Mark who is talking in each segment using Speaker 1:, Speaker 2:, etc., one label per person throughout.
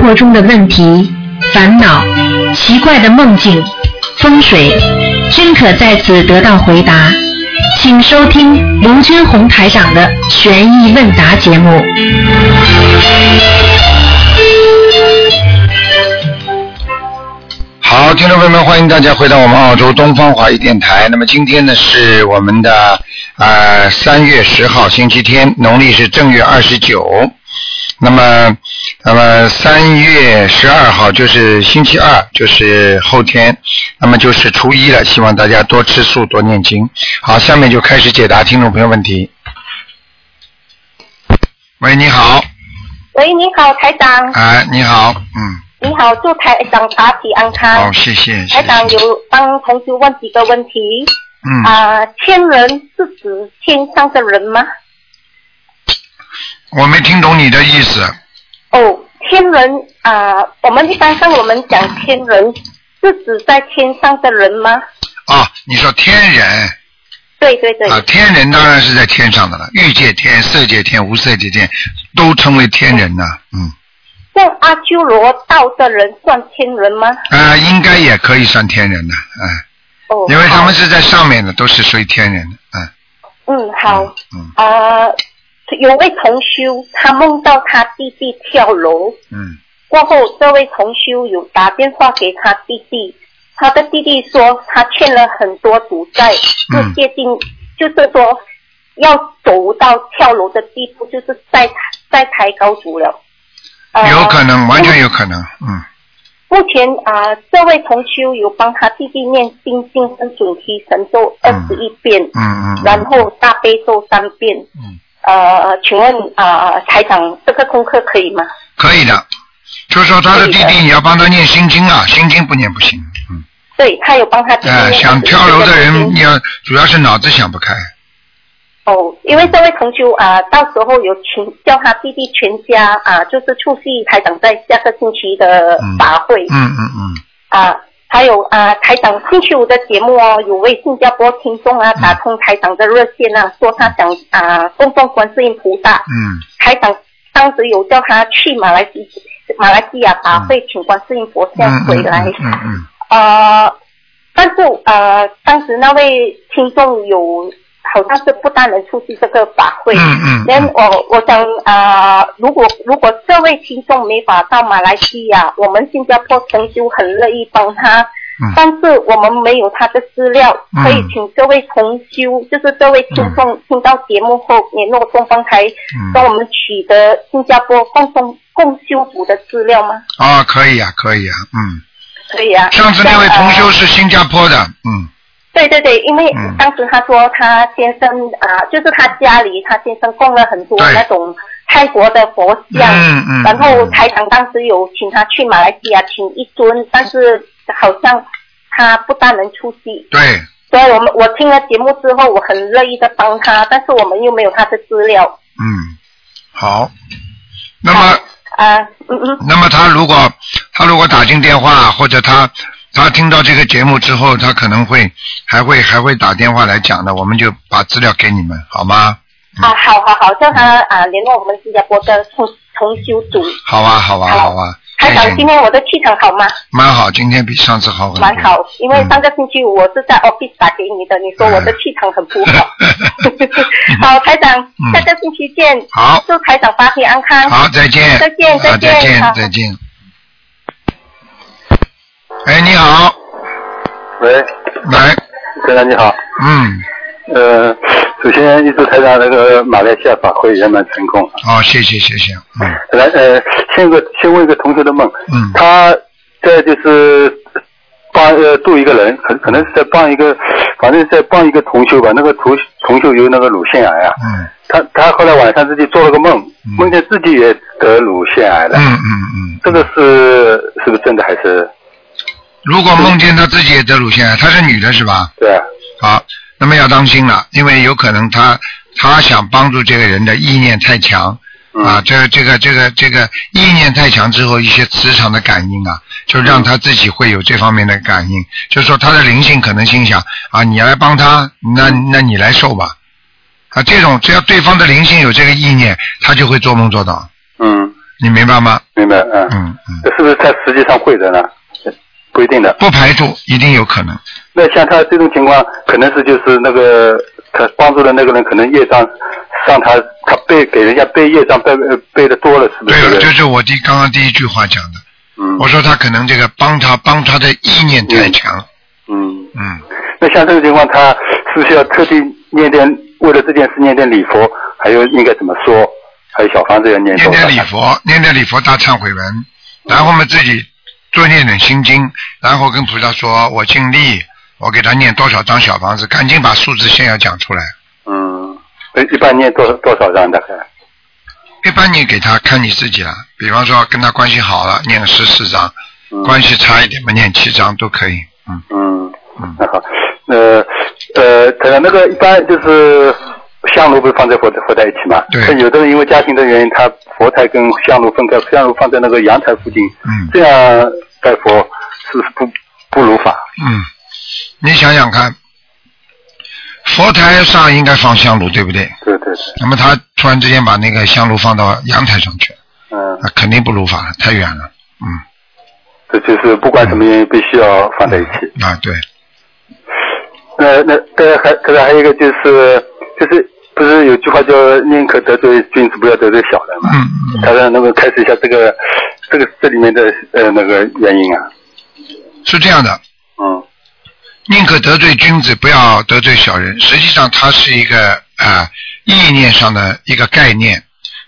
Speaker 1: 活中的问题、烦恼、奇怪的梦境、风水，均可在此得到回答。请收听卢军红台长的《悬疑问答》节目。
Speaker 2: 好，听众朋友们，欢迎大家回到我们澳洲东方华语电台。那么今天呢是我们的呃三月十号星期天，农历是正月二十九。那么，那么三月十二号就是星期二，就是后天，那么就是初一了。希望大家多吃素，多念经。好，下面就开始解答听众朋友问题。喂，你好，
Speaker 3: 喂，你好，台长，
Speaker 2: 哎，你好，嗯，
Speaker 3: 你好，祝台长法体安
Speaker 2: 好，
Speaker 3: 康。
Speaker 2: 谢谢，谢
Speaker 3: 啊
Speaker 2: 谢，
Speaker 3: 台长有帮同学问几个问题
Speaker 2: 嗯。
Speaker 3: 啊、天人是指天上的人吗？
Speaker 2: 我没听懂你的意思。
Speaker 3: 哦，天人啊、我们一般上我们讲天人是指在天上的人吗？
Speaker 2: 啊，你说天人
Speaker 3: 对对对，
Speaker 2: 啊，天人当然是在天上的了，欲界天、色界天、无色界天都称为天人呐、嗯，
Speaker 3: 像阿修罗道的人算天人吗？
Speaker 2: 啊，应该也可以算天人的，啊，
Speaker 3: 哦，
Speaker 2: 因为他们
Speaker 3: 好
Speaker 2: 是在上面的，都是属于天人的，嗯、
Speaker 3: 嗯好
Speaker 2: 嗯
Speaker 3: 啊、有位同修他梦到他弟弟跳楼，
Speaker 2: 嗯，
Speaker 3: 过后，这位同修有打电话给他弟弟，他的弟弟说他欠了很多赌债，
Speaker 2: 嗯
Speaker 3: 就接近，就是说要走到跳楼的地步，就是再再抬高足了。呃
Speaker 2: 有可能，完全有可能，嗯，
Speaker 3: 目前啊、呃这位同修有帮他弟弟念心经跟准提神咒二十一遍，
Speaker 2: 嗯嗯嗯，
Speaker 3: 然后大悲咒三遍。
Speaker 2: 嗯
Speaker 3: 呃，请问啊、呃台长，这个功课可以吗？
Speaker 2: 可以的。就是说他的弟
Speaker 3: 可以
Speaker 2: 弟，
Speaker 3: 的
Speaker 2: 你要帮他念心经啊，心经不念不行，嗯，
Speaker 3: 对他有帮他弟弟
Speaker 2: 哎、
Speaker 3: 念
Speaker 2: 想
Speaker 3: 21
Speaker 2: 跳楼的
Speaker 3: 遍心
Speaker 2: 人，
Speaker 3: 经
Speaker 2: 你要主要是脑子想不开，
Speaker 3: 哦，因为这位同修啊、到时候有请叫他弟弟全家啊、就是出席台长在下个星期的法会
Speaker 2: 嗯嗯嗯，
Speaker 3: 啊、还有啊、台长星期五的节目哦，有位新加坡听众
Speaker 2: 嗯
Speaker 3: 啊打通台长的热线啊，说他想啊、供奉观世音菩萨，
Speaker 2: 嗯，
Speaker 3: 台长当时有叫他去马来西马来西亚法会请观世音菩萨
Speaker 2: 嗯
Speaker 3: 回来，
Speaker 2: 嗯嗯嗯嗯
Speaker 3: 呃，但是呃，当时那位听众有好像是不单能出席这个法会，
Speaker 2: 嗯嗯
Speaker 3: 然
Speaker 2: 嗯
Speaker 3: 后我我想呃，如果如果这位听众没法到马来西亚，我们新加坡同修很乐意帮他。
Speaker 2: 嗯
Speaker 3: 但是我们没有他的资料，
Speaker 2: 嗯
Speaker 3: 可以请这位同修，就是这位听众、听到节目后联络东方台，
Speaker 2: 嗯
Speaker 3: 帮我们取得新加坡共同共修组的资料吗？
Speaker 2: 啊，可以啊，可以啊，嗯。
Speaker 3: 可以啊。
Speaker 2: 上次那位
Speaker 3: 像
Speaker 2: 同
Speaker 3: 呃
Speaker 2: 修是新加坡的，嗯
Speaker 3: 对对对，因为
Speaker 2: 嗯
Speaker 3: 当时他说他先生啊、就是他家里他先生供了很多
Speaker 2: 对
Speaker 3: 那种泰国的佛像，
Speaker 2: 嗯嗯
Speaker 3: 然后
Speaker 2: 嗯
Speaker 3: 台长当时有请他去马来西亚请一尊，但是好像他不大能出席，
Speaker 2: 对，
Speaker 3: 所以我们我听了节目之后，我很乐意的帮他，但是我们又没有他的资料，
Speaker 2: 嗯，好。那么，
Speaker 3: 啊、嗯嗯，
Speaker 2: 那么他如果他如果打进电话，或者他他听到这个节目之后，他可能会还会还会打电话来讲的，我们就把资料给你们，好吗？
Speaker 3: 啊，好好好，叫他啊、联络我们新加坡的重重修组。
Speaker 2: 好啊，好啊，
Speaker 3: 好
Speaker 2: 好啊。
Speaker 3: 台
Speaker 2: 谢谢
Speaker 3: 长，
Speaker 2: 你
Speaker 3: 今天我的气场好吗？
Speaker 2: 蛮好，今天比上次好很多。
Speaker 3: 蛮好，因为
Speaker 2: 嗯哎
Speaker 3: 上个星期五我是在 office 打给你的，你说我的气场很不 好。好，台长，下个星期见。
Speaker 2: 好
Speaker 3: 祝台长发体安康。
Speaker 2: 嗯好，再见。
Speaker 3: 再见
Speaker 2: 好再
Speaker 3: 再见
Speaker 2: 见，
Speaker 3: 好
Speaker 2: 再见。哎，你好，
Speaker 4: 喂，
Speaker 2: 来，
Speaker 4: 台长你好，
Speaker 2: 嗯，
Speaker 4: 呃，首先预祝台长那个马来西亚法会圆满成功。
Speaker 2: 好，哦谢谢，谢谢，嗯
Speaker 4: 来，呃，先个先问一个同学的梦，
Speaker 2: 嗯。
Speaker 4: 他在就是帮呃度一个人，可可能是在帮一个，反正是在帮一个同修吧，那个同同修有那个乳腺癌啊，
Speaker 2: 嗯
Speaker 4: 他他后来晚上自己做了个梦
Speaker 2: 嗯，
Speaker 4: 梦见自己也得乳腺癌了，
Speaker 2: 嗯嗯嗯，
Speaker 4: 这个是是不是真的还是
Speaker 2: 如果梦见他自己也得乳腺癌，她是女的是吧？
Speaker 4: 对啊？
Speaker 2: 好，那么要当心了，因为有可能她她想帮助这个人的意念太强。
Speaker 4: 嗯
Speaker 2: 啊，这这个这个这个意念太强之后，一些磁场的感应啊，就让他自己会有这方面的感应，就是说他的灵性可能心想啊，你来帮他，那那你来受吧，啊，这种只要对方的灵性有这个意念，他就会做梦做到，
Speaker 4: 嗯
Speaker 2: 你明白吗？
Speaker 4: 明白，嗯，
Speaker 2: 嗯嗯，
Speaker 4: 这是不是他实际上会的呢？不一定的。
Speaker 2: 不排除，一定有可能。
Speaker 4: 那像他这种情况，可能是就是那个他帮助的那个人，可能业障让他他背给人家背业障背呃背的多了，是不
Speaker 2: 对
Speaker 4: 是？
Speaker 2: 了，
Speaker 4: 这个
Speaker 2: 就是我第刚刚第一句话讲的，
Speaker 4: 嗯
Speaker 2: 我说他可能这个帮他帮他的意念太强，
Speaker 4: 嗯。
Speaker 2: 嗯，
Speaker 4: 那像这种情况，他是不是要特地念点为了这件事念点礼佛？还有应该怎么说？还有小房子要念嗯
Speaker 2: 念
Speaker 4: 多少
Speaker 2: 点？礼佛，念点礼佛大忏悔文，然后嘛自己多念点心经，然后跟菩萨说，我尽力，我给他念多少张小房子，赶紧把数字先要讲出来。
Speaker 4: 嗯，呃一般念多多少张大概？
Speaker 2: 一般你给他看你自己了，比方说跟他关系好了，念十四章，
Speaker 4: 嗯
Speaker 2: 关系差一点嘛，念七章都可以，嗯
Speaker 4: 嗯，
Speaker 2: 嗯。
Speaker 4: 那好，那呃，他那个一般就是香炉不是放在佛佛台一起嘛？
Speaker 2: 对
Speaker 4: 但有的人因为家庭的原因，他佛台跟香炉分开，香炉放在那个阳台附近，
Speaker 2: 嗯
Speaker 4: 这样拜佛是不是不不如法？
Speaker 2: 嗯，你想想看，佛台上应该放香炉，对不对？
Speaker 4: 对对对，
Speaker 2: 那么他突然之间把那个香炉放到阳台上去，
Speaker 4: 嗯，
Speaker 2: 那肯定不如法了，太远了。嗯，
Speaker 4: 这就是不管什么原因，必须要放在一起。
Speaker 2: 啊对，嗯
Speaker 4: 那那对，还可是还有一个就是就是不是有句话叫宁可得罪君子，不要得罪小人嘛？
Speaker 2: 嗯嗯，
Speaker 4: 他让能够开始一下这个这个这里面的呃那个原因啊，
Speaker 2: 是这样的，
Speaker 4: 嗯
Speaker 2: 宁可得罪君子，不要得罪小人。实际上，它是一个啊、呃意念上的一个概念，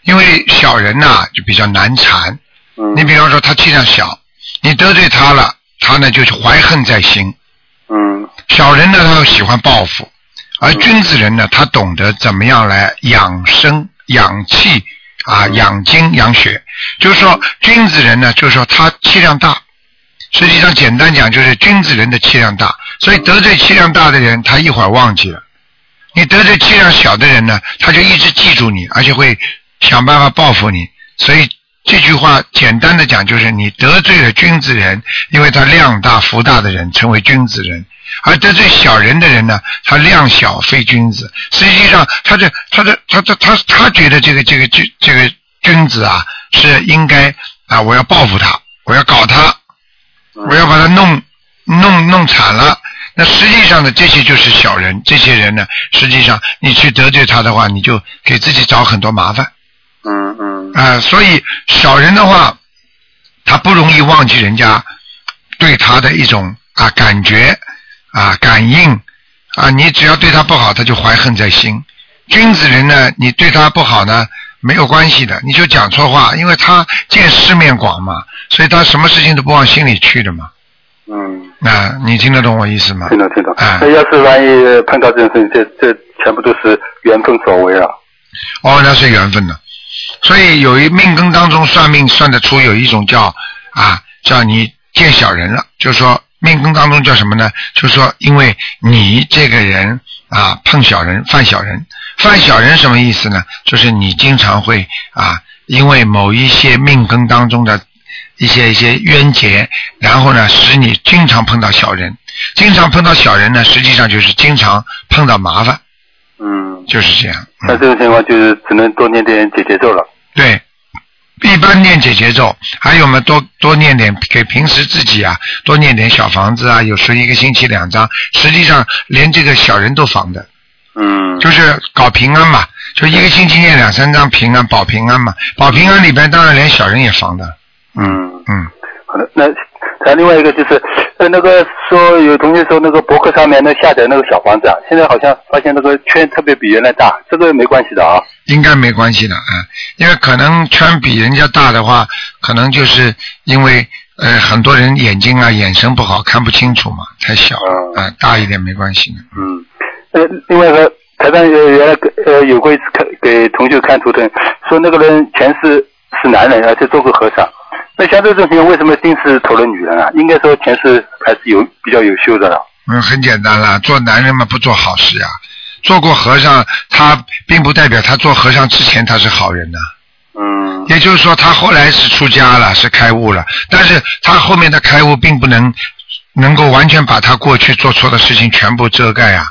Speaker 2: 因为小人呐、就比较难缠。
Speaker 4: 嗯，
Speaker 2: 你比方说，他气量小，你得罪他了，他呢就是怀恨在心。
Speaker 4: 嗯
Speaker 2: 小人呢，他喜欢报复，而君子人呢，他懂得怎么样来养生、养气啊、养精、养血。就是说，君子人呢，就是说他气量大。实际上，简单讲就是君子人的气量大，所以得罪气量大的人，他一会儿忘记了；你得罪气量小的人呢，他就一直记住你，而且会想办法报复你。所以这句话简单的讲就是，你得罪了君子人，因为他量大福大的人成为君子人，而得罪小人的人呢，他量小非君子。实际上，他这他这他他他他觉得这个这个这这个君子啊，是应该啊，我要报复他，我要搞他，我要把他弄弄弄惨了。那实际上呢，这些就是小人，这些人呢，实际上你去得罪他的话，你就给自己找很多麻烦
Speaker 4: 嗯嗯
Speaker 2: 啊、所以小人的话，他不容易忘记人家对他的一种啊感觉啊感应啊，你只要对他不好，他就怀恨在心。君子人呢，你对他不好呢，没有关系的，你就讲错话，因为他见世面广嘛，所以他什么事情都不往心里去的嘛。
Speaker 4: 嗯，
Speaker 2: 啊，你听得懂我意思吗
Speaker 4: 听？懂听懂。
Speaker 2: 哎
Speaker 4: 那要是万一碰到这种事情，这这全部都是缘分所为啊。
Speaker 2: 哦，那是缘分呢。所以有一命根当中算命算得出有一种叫啊，叫你见小人了，就是说命根当中叫什么呢？就是说因为你这个人啊碰小人犯小人，犯小人什么意思呢？就是你经常会啊，因为某一些命根当中的一些一些冤结，然后呢，使你经常碰到小人，经常碰到小人呢，实际上就是经常碰到麻烦，
Speaker 4: 嗯，
Speaker 2: 就是这样。嗯
Speaker 4: 那这种情况就是只能多念点解结咒了。
Speaker 2: 对，一般念解节奏，还有嘛多多念点给平时自己啊，多念点小房子啊，有时候一个星期两张，实际上连这个小人都防的，
Speaker 4: 嗯，
Speaker 2: 就是搞平安嘛，就一个星期念两三张平安保平安嘛，保平安里边当然连小人也防的，
Speaker 4: 嗯，
Speaker 2: 嗯，
Speaker 4: 好的。那还有另外一个就是，呃，那个说有同学说那个博客上面那下载那个小房子啊，现在好像发现那个圈特别比原来大，这个没关系的啊。
Speaker 2: 应该没关系的啊、嗯因为可能圈比人家大的话，可能就是因为。呃，很多人眼睛啊、眼神不好，看不清楚嘛，太小了啊、大一点没关系的。
Speaker 4: 嗯，呃，另外一个台上呃原来给呃有过一次看给同学看图腾，说那个人前世是男人，而且做过和尚。那像这种情况，为什么今世投了女人啊？应该说前世还是有比较有修的了。
Speaker 2: 嗯，很简单啦，做男人嘛不做好事呀、做过和尚，他并不代表他做和尚之前他是好人呐、
Speaker 4: 嗯
Speaker 2: 也就是说，他后来是出家了，是开悟了，但是他后面的开悟并不能能够完全把他过去做错的事情全部遮盖啊。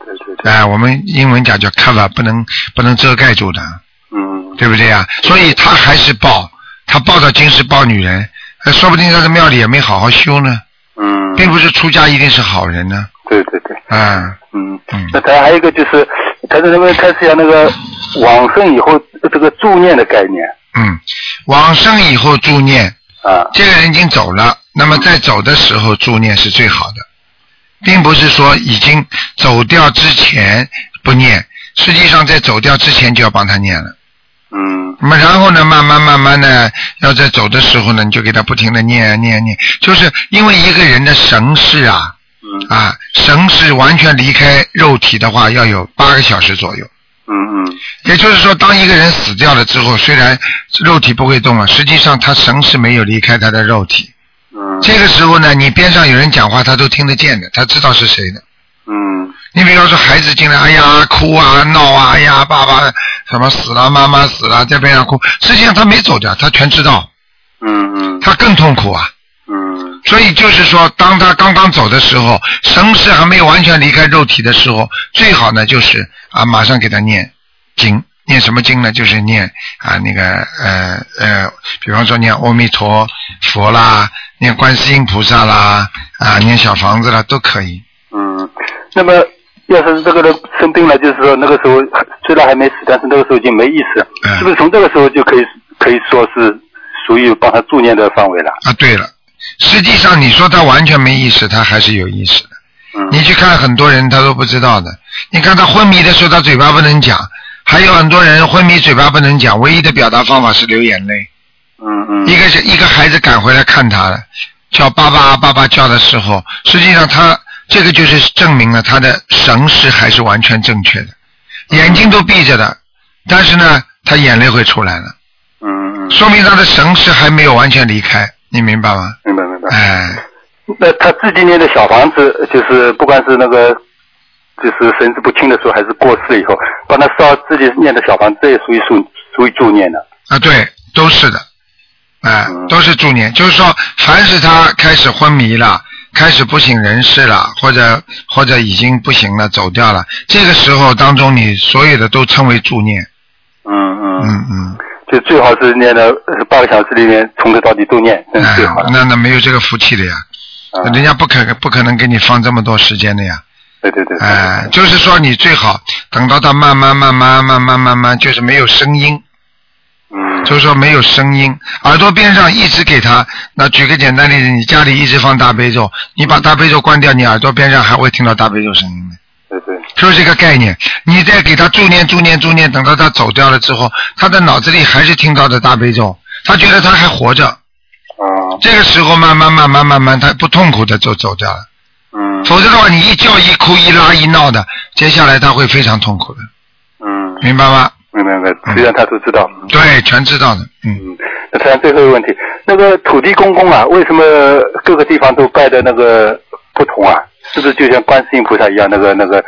Speaker 4: 对对对，
Speaker 2: 哎、我们英文讲叫 cover，不能不能遮盖住的，
Speaker 4: 嗯
Speaker 2: 对不对啊？所以他还是报，他抱着金是抱女人，呃说不定他在庙里也没好好修呢，
Speaker 4: 嗯，
Speaker 2: 并不是出家一定是好人呢，
Speaker 4: 对对对，
Speaker 2: 啊，
Speaker 4: 嗯
Speaker 2: 嗯，
Speaker 4: 那台长还有一个就是，台长能不能开始一下那个往生以后呃这个助念的概念
Speaker 2: 嗯，往生以后助念，
Speaker 4: 啊？
Speaker 2: 这个人已经走了，那么在走的时候助念是最好的，并不是说已经走掉之前不念，实际上在走掉之前就要帮他念了。
Speaker 4: 嗯
Speaker 2: 那么然后呢，慢慢慢慢的，要在走的时候呢，你就给他不停的念啊念啊念，就是因为一个人的神识啊
Speaker 4: 嗯
Speaker 2: 啊神识完全离开肉体的话，要有八个小时左右。
Speaker 4: 嗯嗯
Speaker 2: 也就是说，当一个人死掉了之后，虽然肉体不会动了，实际上他神识没有离开他的肉体。
Speaker 4: 嗯
Speaker 2: 这个时候呢，你边上有人讲话，他都听得见的，他知道是谁的。
Speaker 4: 嗯
Speaker 2: 你比方说，孩子进来，哎呀，哭啊，闹啊，哎呀，爸爸什么死了，妈妈死了，在边上哭，实际上他没走掉，他全知道，
Speaker 4: 嗯嗯
Speaker 2: 他更痛苦啊。
Speaker 4: 嗯
Speaker 2: 所以就是说，当他刚刚走的时候，神识还没有完全离开肉体的时候，最好呢就是啊，马上给他念经，念什么经呢？就是念啊那个呃呃，比方说念阿弥陀佛啦，念观世音菩萨啦，啊念小房子啦都可以。
Speaker 4: 嗯。那么，要是这个人生病了，就是说那个时候虽然还没死，但是那个时候已经没意识
Speaker 2: 嗯
Speaker 4: 了，是不是从这个时候就可以可以说是属于帮他助念的范围了？
Speaker 2: 啊，对了，实际上你说他完全没意识，他还是有意识的。
Speaker 4: 嗯
Speaker 2: 你去看很多人，他都不知道的。你看他昏迷的时候，他嘴巴不能讲；还有很多人昏迷嘴巴不能讲，唯一的表达方法是流眼泪。
Speaker 4: 嗯嗯
Speaker 2: 一个是一个孩子赶回来看他了，叫爸爸爸爸叫的时候，实际上他这个就是证明了他的神识还是完全正确的，眼睛都闭着的，但是呢，他眼泪会出来了，
Speaker 4: 嗯嗯，
Speaker 2: 说明他的神识还没有完全离开，你明白吗？
Speaker 4: 明白明白。
Speaker 2: 哎，
Speaker 4: 那他自己念的小房子，就是不管是那个，就是神志不清的时候，还是过世以后，帮他烧自己念的小房子，这也属于属属于助念的。
Speaker 2: 啊，对，都是的，哎、
Speaker 4: 嗯
Speaker 2: 都是助念，就是说，凡是他开始昏迷了，开始不省人事了，或者或者已经不行了，走掉了，这个时候当中，你所有的都称为助念，
Speaker 4: 嗯嗯，
Speaker 2: 嗯嗯，
Speaker 4: 就最好是念的呃八个小时里面，从头到底都念，这是
Speaker 2: 哎
Speaker 4: 最好的。
Speaker 2: 那那没有这个福气的呀，
Speaker 4: 啊
Speaker 2: 人家不可不可能给你放这么多时间的呀，
Speaker 4: 对对对，
Speaker 2: 哎、就是说你最好等到他慢慢慢慢慢慢慢慢，就是没有声音，
Speaker 4: 嗯，
Speaker 2: 就是说没有声音，耳朵边上一直给他。那举个简单例子，你家里一直放大悲咒，你把大悲咒关掉，你耳朵边上还会听到大悲咒声音的，
Speaker 4: 对对，
Speaker 2: 就是这个概念。你再给他助念、助念、助念，等到他走掉了之后，他的脑子里还是听到的大悲咒，他觉得他还活着。
Speaker 4: 啊，
Speaker 2: 这个时候慢慢慢慢慢慢，他不痛苦的就走掉了。
Speaker 4: 嗯
Speaker 2: 否则的话，你一叫一哭一拉一闹的，接下来他会非常痛苦的，
Speaker 4: 嗯，
Speaker 2: 明白吗？
Speaker 4: 明白明白，虽然他都知道。嗯
Speaker 2: 对，全知道的。嗯，
Speaker 4: 嗯，那当然最后一个问题，那个土地公公啊，为什么各个地方都拜的那个不同啊？是不是就像观世音菩萨一样，那个那个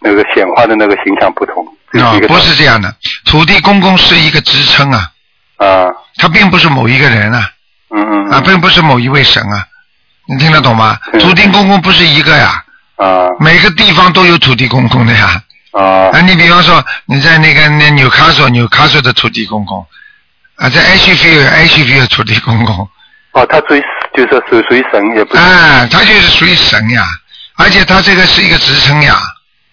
Speaker 4: 那个显化的那个形象不同？这
Speaker 2: 啊
Speaker 4: 是一，个
Speaker 2: 不是这样的，土地公公是一个职称啊。
Speaker 4: 啊，
Speaker 2: 他并不是某一个人啊，
Speaker 4: 嗯嗯
Speaker 2: 啊，并不是某一位神啊，你听得懂吗？
Speaker 4: 嗯
Speaker 2: 土地公公不是一个呀，
Speaker 4: 啊
Speaker 2: 每个地方都有土地公公的呀。
Speaker 4: 啊
Speaker 2: 啊，你比方说你在那个那纽卡索，纽卡索的土地公公，啊，在 H F 有 H F 有土地公公，
Speaker 4: 哦，他属于就是说属属于神，也不是
Speaker 2: 啊，他就是属于神呀，而且他这个是一个职称呀。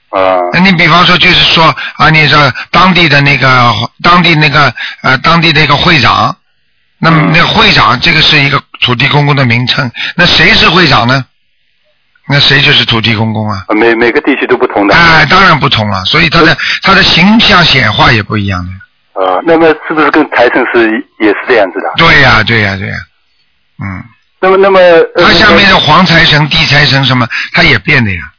Speaker 4: 啊
Speaker 2: 那你比方说，就是说啊，你说当地的那个当地那个呃当地的一个会长，那么
Speaker 4: 嗯
Speaker 2: 那个会长这个是一个土地公公的名称，那谁是会长呢？那谁就是土地公公啊？
Speaker 4: 啊每每个地区都不同的
Speaker 2: 哎，当然不同了，所以他的他的形象显化也不一样的。
Speaker 4: 啊。那么是不是跟财神是也是这样子的？
Speaker 2: 对呀、对呀、对呀、嗯，
Speaker 4: 那么那么呃
Speaker 2: 他下面的黄财神、地财神什么，他也变的呀。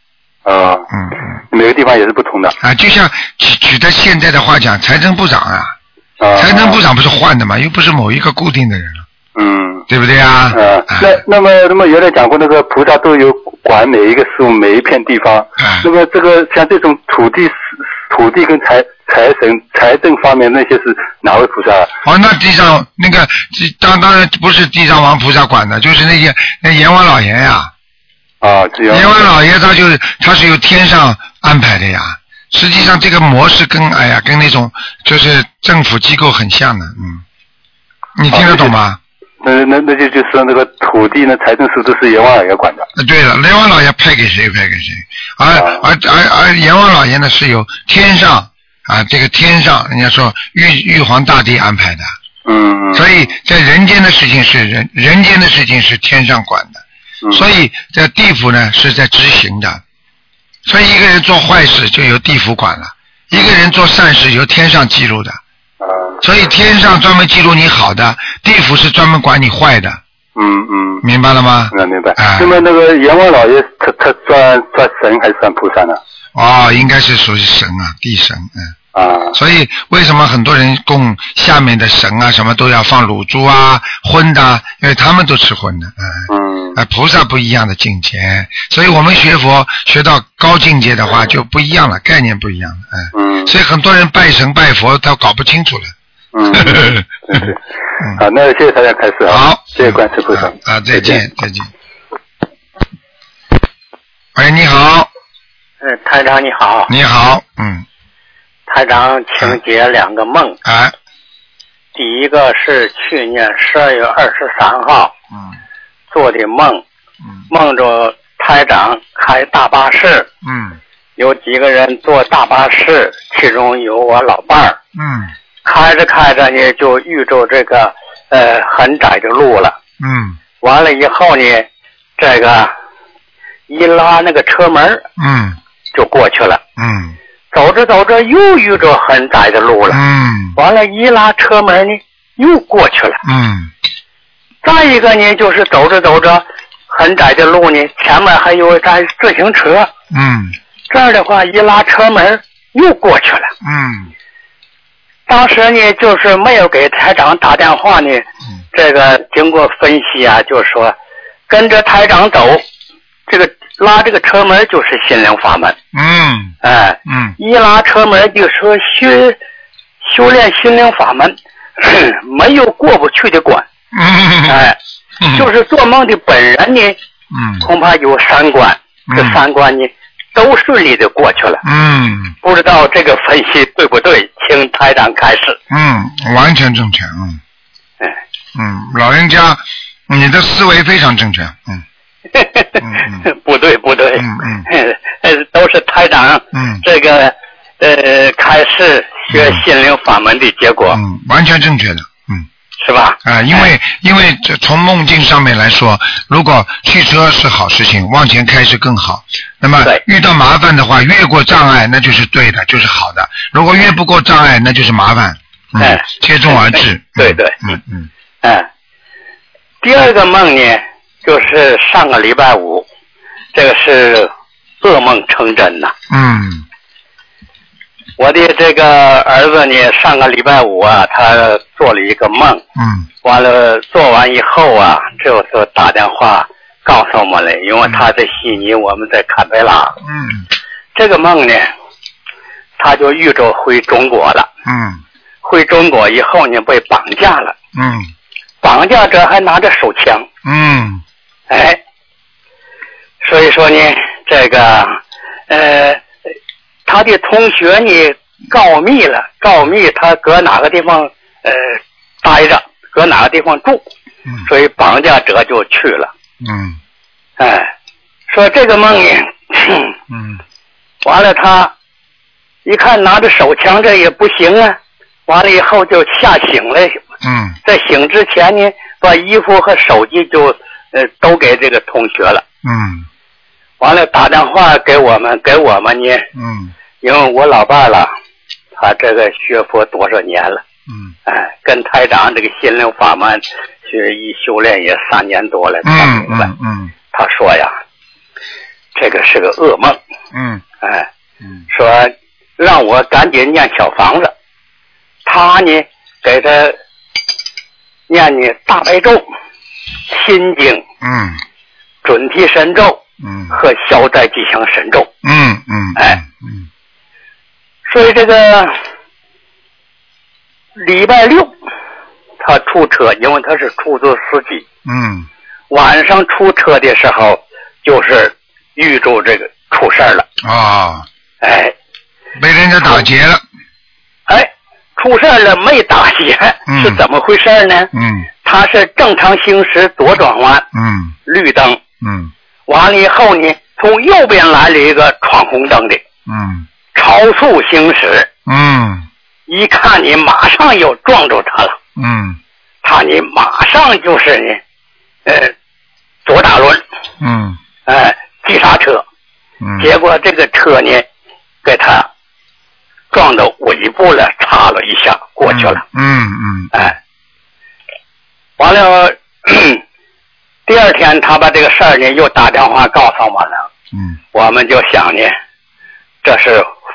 Speaker 4: 啊，
Speaker 2: 嗯嗯，
Speaker 4: 每个地方也是不同的
Speaker 2: 啊，就像举举的现在的话讲，财政部长啊，
Speaker 4: 啊。
Speaker 2: 财政部长不是换的嘛，又不是某一个固定的人了。
Speaker 4: 嗯。
Speaker 2: 对不对啊？
Speaker 4: 呃，
Speaker 2: 啊
Speaker 4: 那那么那么原来讲过，那个菩萨都有管每一个事物、每一片地方。
Speaker 2: 哎
Speaker 4: 那么这个像这种土地、土地跟财财神、财政方面那些是哪位菩萨？
Speaker 2: 哦，那地藏那个地当当然不是地藏王菩萨管的，就是那些那阎王老爷呀、
Speaker 4: 啊，只要
Speaker 2: 阎王老爷他就是他是由天上安排的呀。实际上这个模式跟哎呀跟那种就是政府机构很像的，嗯，你听得懂
Speaker 4: 啊
Speaker 2: 吗？
Speaker 4: 那那那就就是说那个土地呢，财政收支是阎王老爷管的。
Speaker 2: 呃对了，阎王老爷派给谁派给谁，而
Speaker 4: 啊
Speaker 2: 而而而阎王老爷呢是由天上啊这个天上人家说玉玉皇大帝安排的，
Speaker 4: 嗯，
Speaker 2: 所以在人间的事情是人人间的事情是天上管的，
Speaker 4: 嗯
Speaker 2: 所以在地府呢是在执行的，所以一个人做坏事就由地府管了，一个人做善事由天上记录的，
Speaker 4: 啊，
Speaker 2: 所以天上专门记录你好的，地府是专门管你坏的，
Speaker 4: 嗯嗯，
Speaker 2: 明白了吗？
Speaker 4: 那明白
Speaker 2: 啊。
Speaker 4: 那么那个阎王老爷他他算算神还是算菩萨呢？
Speaker 2: 哦，应该是属于神啊，地神，嗯，
Speaker 4: 啊，
Speaker 2: 所以为什么很多人供下面的神啊，什么都要放乳猪啊、荤的啊，因为他们都吃荤的，嗯。
Speaker 4: 嗯
Speaker 2: 啊，菩萨不一样的境界，所以我们学佛学到高境界的话就不一样了，概念不一样了，嗯，
Speaker 4: 嗯
Speaker 2: 所以很多人拜神拜佛都搞不清楚 了。
Speaker 4: 嗯，对好，啊那谢谢大家开始啊，
Speaker 2: 嗯好，
Speaker 4: 谢谢观世菩萨
Speaker 2: 啊啊，再见，再见。喂，你好，
Speaker 5: 嗯，台长你好，
Speaker 2: 你好，嗯，
Speaker 5: 台长，请解两个梦。
Speaker 2: 哎，
Speaker 5: 第一个是去年十二月二十三号
Speaker 2: 嗯
Speaker 5: 做的梦，
Speaker 2: 嗯
Speaker 5: 梦着台长开大巴士，
Speaker 2: 嗯
Speaker 5: 有几个人坐大巴士，其中有我老伴儿。
Speaker 2: 嗯
Speaker 5: 开着开着呢，就遇着这个呃很窄的路了。
Speaker 2: 嗯
Speaker 5: 完了以后呢，这个一拉那个车门儿
Speaker 2: 嗯
Speaker 5: 就过去了。
Speaker 2: 嗯
Speaker 5: 走着走着又遇着很窄的路了。
Speaker 2: 嗯
Speaker 5: 完了，一拉车门呢，又过去了。
Speaker 2: 嗯
Speaker 5: 再一个呢，就是走着走着，很窄的路呢，前面还有一辆自行车，
Speaker 2: 嗯
Speaker 5: 这样的话一拉车门又过去了。
Speaker 2: 嗯
Speaker 5: 当时呢，就是没有给台长打电话呢，
Speaker 2: 嗯
Speaker 5: 这个经过分析啊，就说跟着台长走，这个拉这个车门就是心灵法门，
Speaker 2: 嗯
Speaker 5: 哎，
Speaker 2: 嗯
Speaker 5: 一拉车门就说修修炼心灵法门， 没有过不去的关，
Speaker 2: 嗯，
Speaker 5: 哎，
Speaker 4: 啊
Speaker 5: 就是做梦的本人呢，
Speaker 2: 嗯
Speaker 5: 恐怕有三关，这三关呢都顺利的过去了。
Speaker 2: 嗯
Speaker 5: 不知道这个分析对不对，请台长开始。
Speaker 2: 嗯，完全正确，嗯。
Speaker 5: 哎
Speaker 2: 嗯，老人家，你的思维非常正确。嗯嗯
Speaker 5: 不对不对，
Speaker 2: 嗯嗯
Speaker 5: 呃 都是台长
Speaker 2: 嗯
Speaker 5: 这个呃开始学心灵法门的结果，
Speaker 2: 嗯，完全正确的。嗯
Speaker 5: 是吧？
Speaker 2: 啊，因
Speaker 5: 哎
Speaker 2: 为因为这从梦境上面来说，如果汽车是好事情，往前开是更好。那么
Speaker 5: 对
Speaker 2: 遇到麻烦的话，越过障碍那就是对的，就是好的；如果越不过障碍，那就是麻烦。嗯
Speaker 5: 哎，
Speaker 2: 切中而至。
Speaker 5: 对
Speaker 2: 嗯
Speaker 5: 对
Speaker 2: 嗯嗯
Speaker 5: 嗯。第二个梦呢，就是上个礼拜五，这个是噩梦成真呐、
Speaker 2: 嗯
Speaker 5: 我的这个儿子呢，上个礼拜五啊，他做了一个梦，
Speaker 2: 嗯
Speaker 5: 完了做完以后啊，就是打电话告诉我们了，因为他在悉尼，我们在堪培拉。
Speaker 2: 嗯
Speaker 5: 这个梦呢，他就遇着回中国了。
Speaker 2: 嗯
Speaker 5: 回中国以后呢，被绑架了，
Speaker 2: 嗯
Speaker 5: 绑架者还拿着手枪，
Speaker 2: 嗯
Speaker 5: 哎，所以说呢，这个呃，他的同学呢告密了，告密他搁哪个地方呃待着，搁哪个地方住，
Speaker 2: 嗯
Speaker 5: 所以绑架者就去了。
Speaker 2: 嗯
Speaker 5: 哎，说这个梦呢， 哼
Speaker 2: 嗯
Speaker 5: 完了他一看拿着手枪，这也不行啊。完了以后就吓醒了，
Speaker 2: 嗯
Speaker 5: 在醒之前呢，把衣服和手机就呃都给这个同学了。
Speaker 2: 嗯
Speaker 5: 完了打电话给我们，给我们呢，
Speaker 2: 嗯
Speaker 5: 因为我老伴儿了，他这个学佛多少年了，
Speaker 2: 嗯。
Speaker 5: 哎，跟台长这个心灵法门学一修炼也三年多了，他
Speaker 2: 嗯
Speaker 5: 明白。
Speaker 2: 嗯嗯
Speaker 5: 他说呀，这个是个噩梦，
Speaker 2: 嗯
Speaker 5: 哎，
Speaker 2: 嗯
Speaker 5: 说让我赶紧念小房子，他呢给他念呢大悲咒、心经、
Speaker 2: 嗯
Speaker 5: 准提神咒
Speaker 2: 嗯
Speaker 5: 和消灾吉祥神咒。
Speaker 2: 嗯嗯，
Speaker 5: 哎
Speaker 2: 嗯
Speaker 5: 所以这个礼拜六他出车，因为他是出租司机，
Speaker 2: 嗯
Speaker 5: 晚上出车的时候就是遇着这个出事儿了，
Speaker 2: 哦，
Speaker 5: 哎
Speaker 2: 被人家打劫了，
Speaker 5: 哎，出事了没打结
Speaker 2: 嗯，
Speaker 5: 是怎么回事呢？
Speaker 2: 嗯
Speaker 5: 他是正常行驶左转弯，
Speaker 2: 嗯
Speaker 5: 绿灯，
Speaker 2: 嗯
Speaker 5: 完了以后呢，从右边来了一个闯红灯的，
Speaker 2: 嗯
Speaker 5: 超速行驶，
Speaker 2: 嗯
Speaker 5: 一看你马上又撞着他了，
Speaker 2: 嗯
Speaker 5: 他呢马上就是呢，呃，左打轮，
Speaker 2: 嗯
Speaker 5: 呃，急刹车，
Speaker 2: 嗯，
Speaker 5: 结果这个车呢，给他撞到尾部了，擦了一下过去了。
Speaker 2: 嗯。嗯嗯
Speaker 5: 哎，完了， 第二天他把这个事儿呢又打电话告诉我了，
Speaker 2: 嗯
Speaker 5: 我们就想呢，这是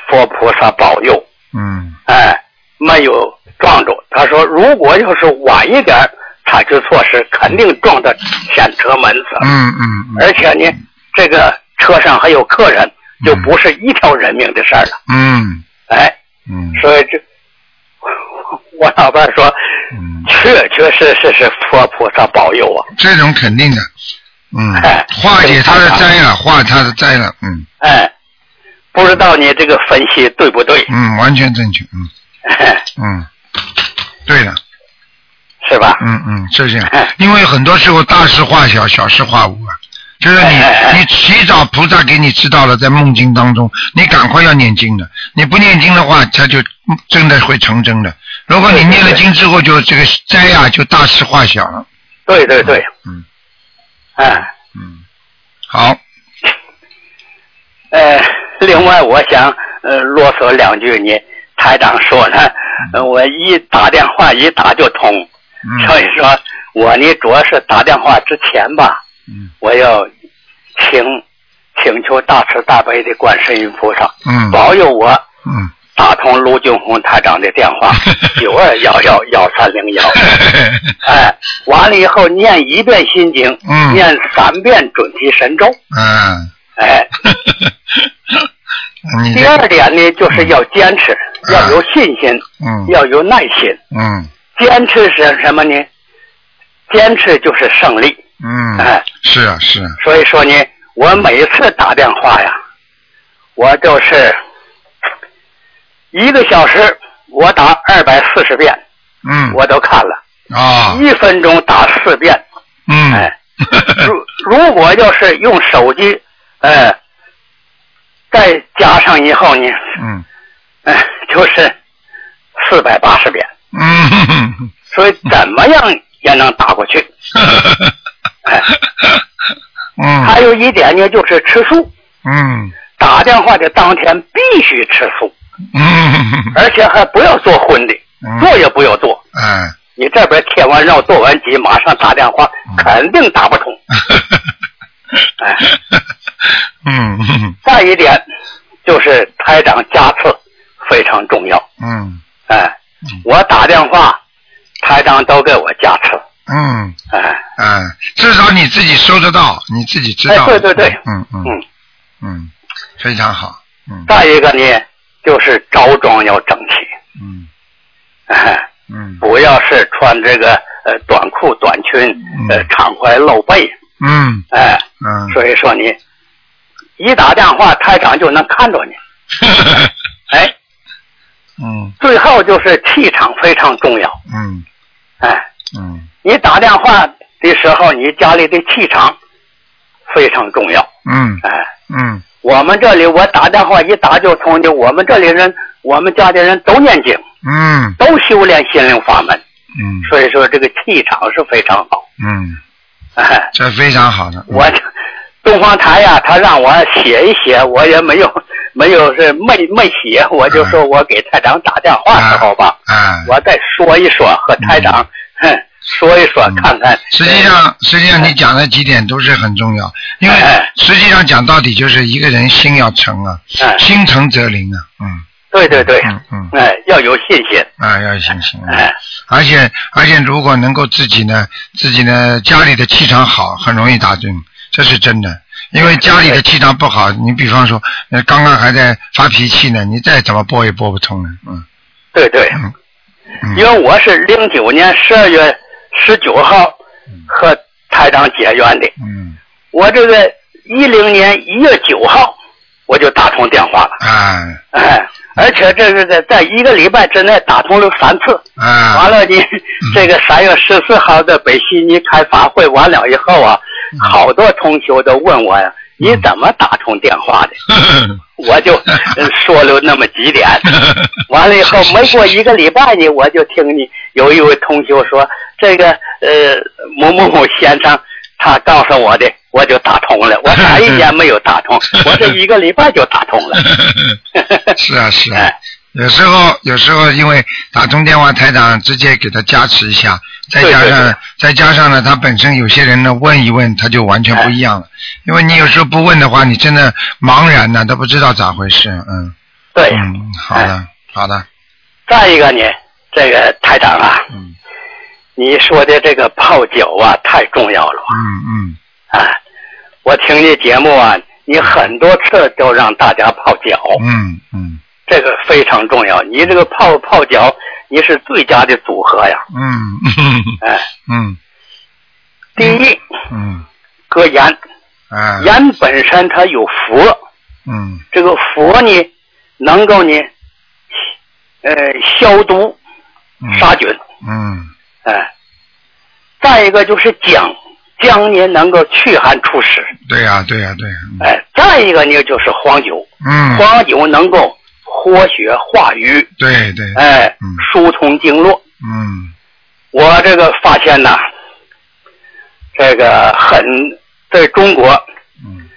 Speaker 5: 佛菩萨保佑，
Speaker 2: 嗯
Speaker 5: 哎，没有撞着。他说如果要是晚一点儿采取措施，肯定撞到前车门子了，
Speaker 2: 嗯嗯
Speaker 5: 而且呢，这个车上还有客人，就不是一条人命的事儿了，
Speaker 2: 嗯
Speaker 5: 哎，
Speaker 2: 嗯
Speaker 5: 所以这。我老伴儿说，
Speaker 2: 嗯，
Speaker 5: 确确实实是佛菩萨保佑啊！
Speaker 2: 这种肯定的，嗯
Speaker 5: 哎，
Speaker 2: 化解他的灾了，化他的灾了，嗯
Speaker 5: 哎，不知道你这个分析对不对，
Speaker 2: 嗯，完全正确，嗯嗯，对的，
Speaker 5: 是吧？
Speaker 2: 嗯嗯，是这样
Speaker 5: 哎，
Speaker 2: 因为很多时候大事化小，小事化无啊。就是你
Speaker 5: 哎哎，哎
Speaker 2: 你祈祷菩萨给你知道了，在梦境当中，你赶快要念经的。你不念经的话，它就真的会成真的。如果你
Speaker 5: 对对
Speaker 2: 念了
Speaker 5: 对
Speaker 2: 经之后，就这个灾呀，就大事化小了。
Speaker 5: 对对对，
Speaker 2: 嗯
Speaker 5: 哎，
Speaker 2: 嗯，好，
Speaker 5: 呃，另外我想呃啰嗦两句呢，台长说呢，呃我一打电话一打就通，
Speaker 2: 嗯
Speaker 5: 所以说我呢主要是打电话之前吧，
Speaker 2: 嗯
Speaker 5: 我要请请求大慈大悲的观世音菩萨
Speaker 2: 嗯
Speaker 5: 保佑我
Speaker 2: 嗯，
Speaker 5: 打通卢俊宏台长的电 话九二幺幺幺三零幺。哎，完了以后念一遍心经，
Speaker 2: 嗯
Speaker 5: 念三遍准提神咒。
Speaker 2: 嗯，
Speaker 5: 哎，
Speaker 2: 你
Speaker 5: 第
Speaker 2: 这
Speaker 5: 二点呢，就是要坚持，
Speaker 2: 嗯
Speaker 5: 要有信心，
Speaker 2: 嗯
Speaker 5: 要有耐心。
Speaker 2: 嗯
Speaker 5: 坚持是什么呢？坚持就是胜利。
Speaker 2: 嗯
Speaker 5: 哎，
Speaker 2: 是啊是啊，
Speaker 5: 所以说呢，我每次打电话呀，我就是一个小时，我打二百四十遍，
Speaker 2: 嗯
Speaker 5: 我都看了，
Speaker 2: 啊
Speaker 5: 一分钟打四遍，
Speaker 2: 嗯
Speaker 5: 哎。 如如果要是用手机，呃，再加上以后呢，
Speaker 2: 嗯
Speaker 5: 呃，就是四百八十遍，
Speaker 2: 嗯，
Speaker 5: 所以怎么样也能打过去。哎，
Speaker 2: 嗯
Speaker 5: 还有一点呢，就是吃素，
Speaker 2: 嗯
Speaker 5: 打电话的当天必须吃素，
Speaker 2: 嗯
Speaker 5: 而且还不要做荤的，做也不要做。
Speaker 2: 哎，
Speaker 5: 你这边贴完肉做完题，马上打电话，肯定打不通。
Speaker 2: 嗯
Speaker 5: 再一点，就是台长加持非常重要。
Speaker 2: 嗯
Speaker 5: 哎
Speaker 2: 嗯，
Speaker 5: 我打电话，台长都给我加持。
Speaker 2: 嗯
Speaker 5: 哎，
Speaker 2: 哎，至少你自己收得到，你自己知道，嗯嗯
Speaker 5: 嗯，
Speaker 2: 嗯，非常好，嗯
Speaker 5: 再一个呢，就是着装要整齐，
Speaker 2: 嗯
Speaker 5: 哎，
Speaker 2: 嗯
Speaker 5: 不要是穿这个呃短裤、短裙，呃
Speaker 2: 嗯
Speaker 5: 敞怀露背，
Speaker 2: 嗯
Speaker 5: 哎，
Speaker 2: 嗯，
Speaker 5: 所以说你一打电话，台长就能看着你。哎，
Speaker 2: 嗯
Speaker 5: 最后就是气场非常重要，
Speaker 2: 嗯
Speaker 5: 哎，
Speaker 2: 嗯
Speaker 5: 你打电话的时候，你家里的气场非常重要，
Speaker 2: 嗯
Speaker 5: 哎。
Speaker 2: 嗯
Speaker 5: 我们这里我打电话一打就通的，我们这里人，我们家的人都念经，
Speaker 2: 嗯
Speaker 5: 都修炼心灵法门，
Speaker 2: 嗯
Speaker 5: 所以说这个气场是非常好。
Speaker 2: 嗯，
Speaker 5: 哎，
Speaker 2: 这非常好的，
Speaker 5: 我东方台呀、他让我写一写，我也没有没有是没没写，我就说
Speaker 2: 嗯
Speaker 5: 我给台长打电话时候吧，
Speaker 2: 哎，
Speaker 5: 我再说一说和台长、 哼说一说
Speaker 2: 嗯，
Speaker 5: 看看。
Speaker 2: 实际上，实际上你讲的几点都是很重要，因为
Speaker 5: 哎
Speaker 2: 实际上讲到底就是一个人心要诚啊，
Speaker 5: 哎，
Speaker 2: 心诚则灵啊，嗯
Speaker 5: 对对对，
Speaker 2: 嗯嗯，
Speaker 5: 哎，要有信心，
Speaker 2: 啊，要有信心啊，
Speaker 5: 哎，
Speaker 2: 而且而且如果能够自己呢，自己呢家里的气场好，很容易打针，这是真的。因为家里的气场不好，你比方说，呃刚刚还在发脾气呢，你再怎么拨也拨不通呢，嗯
Speaker 5: 对对。
Speaker 2: 嗯
Speaker 5: 因
Speaker 2: 嗯
Speaker 5: 为我是零九年十二月十九号和台长结缘的，
Speaker 2: 嗯，
Speaker 5: 我这个一零年一月九号我就打通电话了，
Speaker 2: 哎，
Speaker 5: 哎，而且这是在在一个礼拜之内打通了三次。
Speaker 2: 啊
Speaker 5: 完了你这个三月十四号的北悉尼开法会完了以后啊，好多同学都问我呀，你怎么打通电话的？ 我就呃说了那么几点，完了以后没过一个礼拜呢，我就听你有一位同学说这个呃某某某先生他告诉我的，我就打通了。我哪一年没有打通？我这一个礼拜就打通了。
Speaker 2: 是 啊是啊，
Speaker 5: 哎
Speaker 2: 有时候有时候因为打通电话，台长直接给他加持一下，再加上
Speaker 5: 对对
Speaker 2: 再加上呢，他本身有些人呢问一问，他就完全不一样了。
Speaker 5: 哎
Speaker 2: 因为你有时候不问的话，你真的茫然呐，都不知道咋回事。嗯
Speaker 5: 对，
Speaker 2: 嗯，好的
Speaker 5: 哎
Speaker 2: 好的，
Speaker 5: 再一个呢，这个台长啊，
Speaker 2: 嗯
Speaker 5: 你说的这个泡脚啊太重要了
Speaker 2: 嗯嗯，
Speaker 5: 啊！我听你节目啊，你很多次都让大家泡脚，
Speaker 2: 嗯嗯
Speaker 5: 这个非常重要。你这个泡泡脚，你是最佳的组合呀！
Speaker 2: 嗯嗯
Speaker 5: 哎，
Speaker 2: 嗯
Speaker 5: 第一，
Speaker 2: 嗯，
Speaker 5: 搁盐，
Speaker 2: 哎，
Speaker 5: 盐本身它有佛，
Speaker 2: 嗯
Speaker 5: 这个佛呢，能够呢，呃，消毒
Speaker 2: 嗯
Speaker 5: 杀菌，
Speaker 2: 嗯
Speaker 5: 哎。再一个就是姜，姜呢能够祛寒除湿，
Speaker 2: 对呀对呀对呀，
Speaker 5: 哎，再一个呢就是黄酒，
Speaker 2: 嗯
Speaker 5: 黄酒能够活血化瘀，
Speaker 2: 对对，
Speaker 5: 哎
Speaker 2: 嗯，
Speaker 5: 疏通经络。
Speaker 2: 嗯
Speaker 5: 我这个发现呐，这个很在中国
Speaker 2: 嗯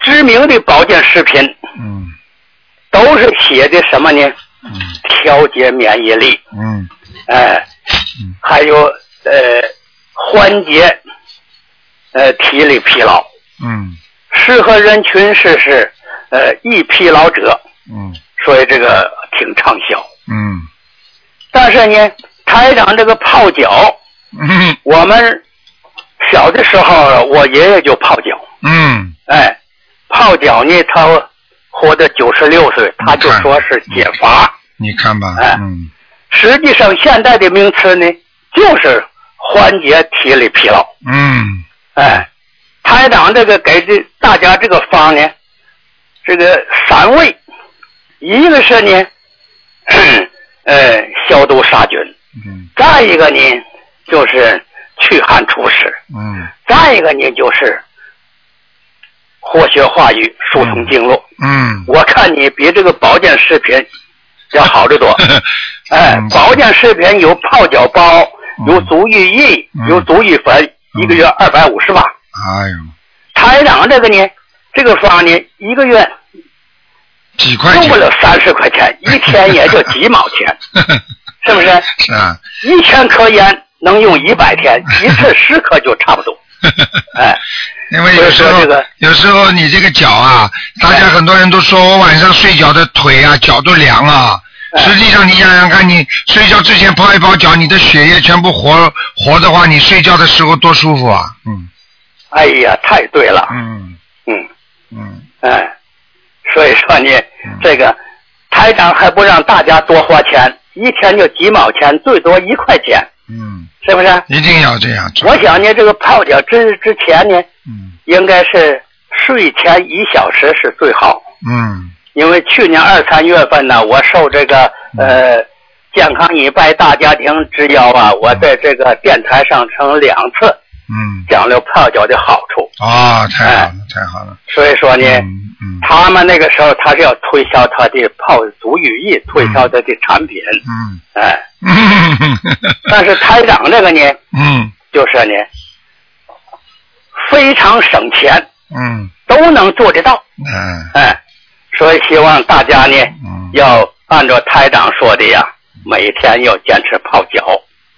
Speaker 5: 知名的保健食品
Speaker 2: 嗯
Speaker 5: 都是写的什么呢？
Speaker 2: 嗯
Speaker 5: 调节免疫力，
Speaker 2: 嗯
Speaker 5: 哎
Speaker 2: 嗯，
Speaker 5: 还有呃缓解呃体力疲劳，
Speaker 2: 嗯
Speaker 5: 适合人群是是呃易疲劳者，
Speaker 2: 嗯
Speaker 5: 所以这个挺畅销。
Speaker 2: 嗯。
Speaker 5: 但是呢，台长这个泡脚，
Speaker 2: 嗯
Speaker 5: 我们小的时候我爷爷就泡脚，
Speaker 2: 嗯，
Speaker 5: 哎，泡脚呢，他活到九十六岁，他就说是解乏。
Speaker 2: 你看吧，
Speaker 5: 哎
Speaker 2: 嗯
Speaker 5: 实际上，现在的名词呢，就是缓解体力疲劳。
Speaker 2: 嗯
Speaker 5: 哎，台长这个给这大家这个方呢，这个三味，一个是呢， 呃，消毒杀菌，
Speaker 2: 嗯
Speaker 5: 再一个呢，就是祛寒除湿，
Speaker 2: 嗯
Speaker 5: 再一个呢就是活血化瘀、疏通经络。
Speaker 2: 嗯，
Speaker 5: 我看你比这个保健食品要好得 多。哎
Speaker 2: 嗯，
Speaker 5: 保健食品有泡脚包，
Speaker 2: 嗯
Speaker 5: 有足浴液
Speaker 2: 嗯，
Speaker 5: 有足浴粉，
Speaker 2: 嗯
Speaker 5: 一个月二百五十八。
Speaker 2: 哎呦，
Speaker 5: 台长这个呢，这个方呢，一个月
Speaker 2: 几块
Speaker 5: 用
Speaker 2: 钱
Speaker 5: 不，了三十块 钱，一天也就几毛钱，是不是？
Speaker 2: 是啊，
Speaker 5: 一千颗烟能用一百天，一次十颗就差不多。哎，
Speaker 2: 因为有时候
Speaker 5: 所以说这个
Speaker 2: 有时候你这个脚啊，大家很多人都说我晚上睡觉的腿啊脚都凉啊。
Speaker 5: 哎
Speaker 2: 实际上，你想想看，你睡觉之前泡一泡脚，你的血液全部活活的话，你睡觉的时候多舒服啊！嗯
Speaker 5: 哎呀，太对了，
Speaker 2: 嗯
Speaker 5: 嗯。
Speaker 2: 嗯
Speaker 5: 哎，所以说呢
Speaker 2: 嗯，
Speaker 5: 这个台长还不让大家多花钱，一天就几毛钱，最多一块钱，
Speaker 2: 嗯，
Speaker 5: 是不是？
Speaker 2: 一定要这样做。
Speaker 5: 我想呢，这个泡脚之之前呢，
Speaker 2: 嗯
Speaker 5: 应该是睡前一小时是最好，
Speaker 2: 嗯
Speaker 5: 因为去年二三月份呢，我受这个
Speaker 2: 嗯
Speaker 5: 呃健康一拜大家庭之邀啊，我在这个电台上曾两次
Speaker 2: 嗯，
Speaker 5: 讲了泡脚的好处，
Speaker 2: 哦，太好了，太好了。
Speaker 5: 所以说呢。
Speaker 2: 嗯嗯
Speaker 5: 他们那个时候他是要推销他的泡足浴液，推销他的产品，
Speaker 2: 嗯。
Speaker 5: 哎，
Speaker 2: 嗯
Speaker 5: 但是台长这个呢，
Speaker 2: 嗯
Speaker 5: 就是呢，非常省钱，
Speaker 2: 嗯
Speaker 5: 都能做得到，
Speaker 2: 嗯
Speaker 5: 哎，所以希望大家呢，
Speaker 2: 嗯
Speaker 5: 要按照台长说的呀，每天要坚持泡脚。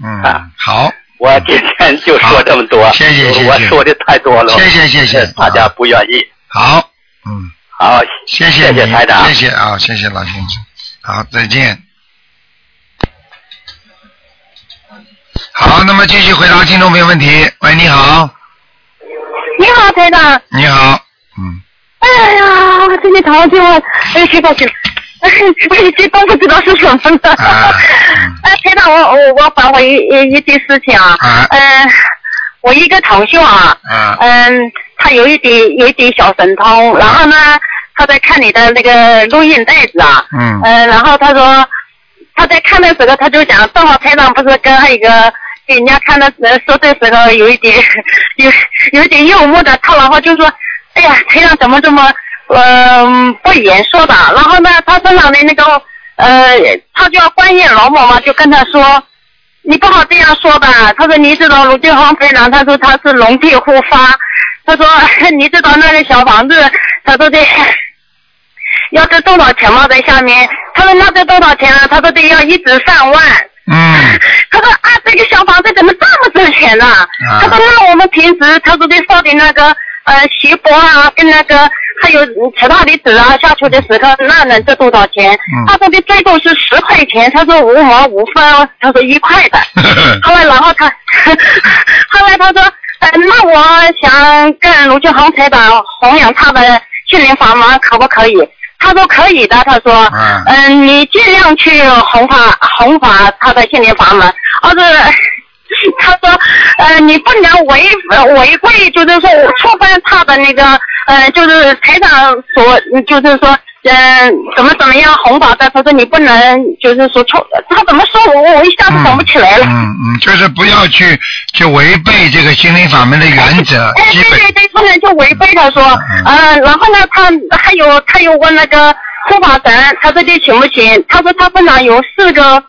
Speaker 2: 嗯，好，
Speaker 5: 我今天就说这么多，
Speaker 2: 好谢谢谢谢
Speaker 5: 我说的太多了，
Speaker 2: 谢谢谢谢
Speaker 5: 大家不愿意。
Speaker 2: 好，嗯，
Speaker 5: 好，
Speaker 2: 谢
Speaker 5: 谢
Speaker 2: 你，
Speaker 5: 谢台长
Speaker 2: 谢谢啊，谢谢老先生，好，再见。好，那么继续回答听众朋友问题。喂，你好，
Speaker 3: 你好，台长。
Speaker 2: 你好，嗯，
Speaker 3: 哎呀，我真的头就，哎，知道知道，哎，这都不知道是什么了。
Speaker 2: 啊嗯
Speaker 3: 哎，台长，我我我反悔一一一件事情啊。
Speaker 2: 啊
Speaker 3: 嗯、我一个同学啊，
Speaker 2: 啊，
Speaker 3: 嗯，他有一点有一点小神通，然后呢，他在看你的那个录音带子啊，
Speaker 2: 嗯
Speaker 3: 呃，然后他说他在看的时候，他就讲正好台长不是跟那个给人家看的时候说这时候有一点 有有一点幽默的，他然后就说，哎呀，台长怎么这么嗯、不严肃的？然后呢，他身上的那个呃，他叫观音老母嘛，就跟他说。你不好这样说吧，他说你知道卢俊芳飞扬，他说他是龙屁护发，他说 你知道那个小房子，他说的要是多少钱嘛在下面，他说那得多少钱啊？他说得要一直上万，
Speaker 2: 嗯
Speaker 3: 他说啊这个小房子怎么这么值钱呢、
Speaker 2: 啊
Speaker 3: 他说那我们平时他说的烧的那个呃锡箔啊跟那个。还有嗯其他的纸啊，下去的时候那能值多少钱？
Speaker 2: 嗯
Speaker 3: 他说的最多是十块钱，他说无毛无分，哦他说一块 的。
Speaker 2: 呵呵
Speaker 3: 后来，然后他， 后来他说，呃，那我想跟卢俊宏台长弘扬他的心灵法门，可不可以？他说可以的，他说，
Speaker 2: 嗯
Speaker 3: 嗯、你尽量去弘法弘法他的心灵法门，而是。 他说，呃，你不能违违规，就是说我触犯他的那个，呃，就是台长所，就是说，呃，怎么怎么样红法的，他说你不能，就是说触，他怎么说我，我一下子想不起来了。
Speaker 2: 嗯嗯，就是不要去去违背这个心灵法门的原则
Speaker 3: 哎，，
Speaker 2: 基
Speaker 3: 对
Speaker 2: 本
Speaker 3: 对对，不能就违背他说，
Speaker 2: 嗯
Speaker 3: 呃，然后呢，他还有他有问那个护法神，他说这行不行？他说他身上有四个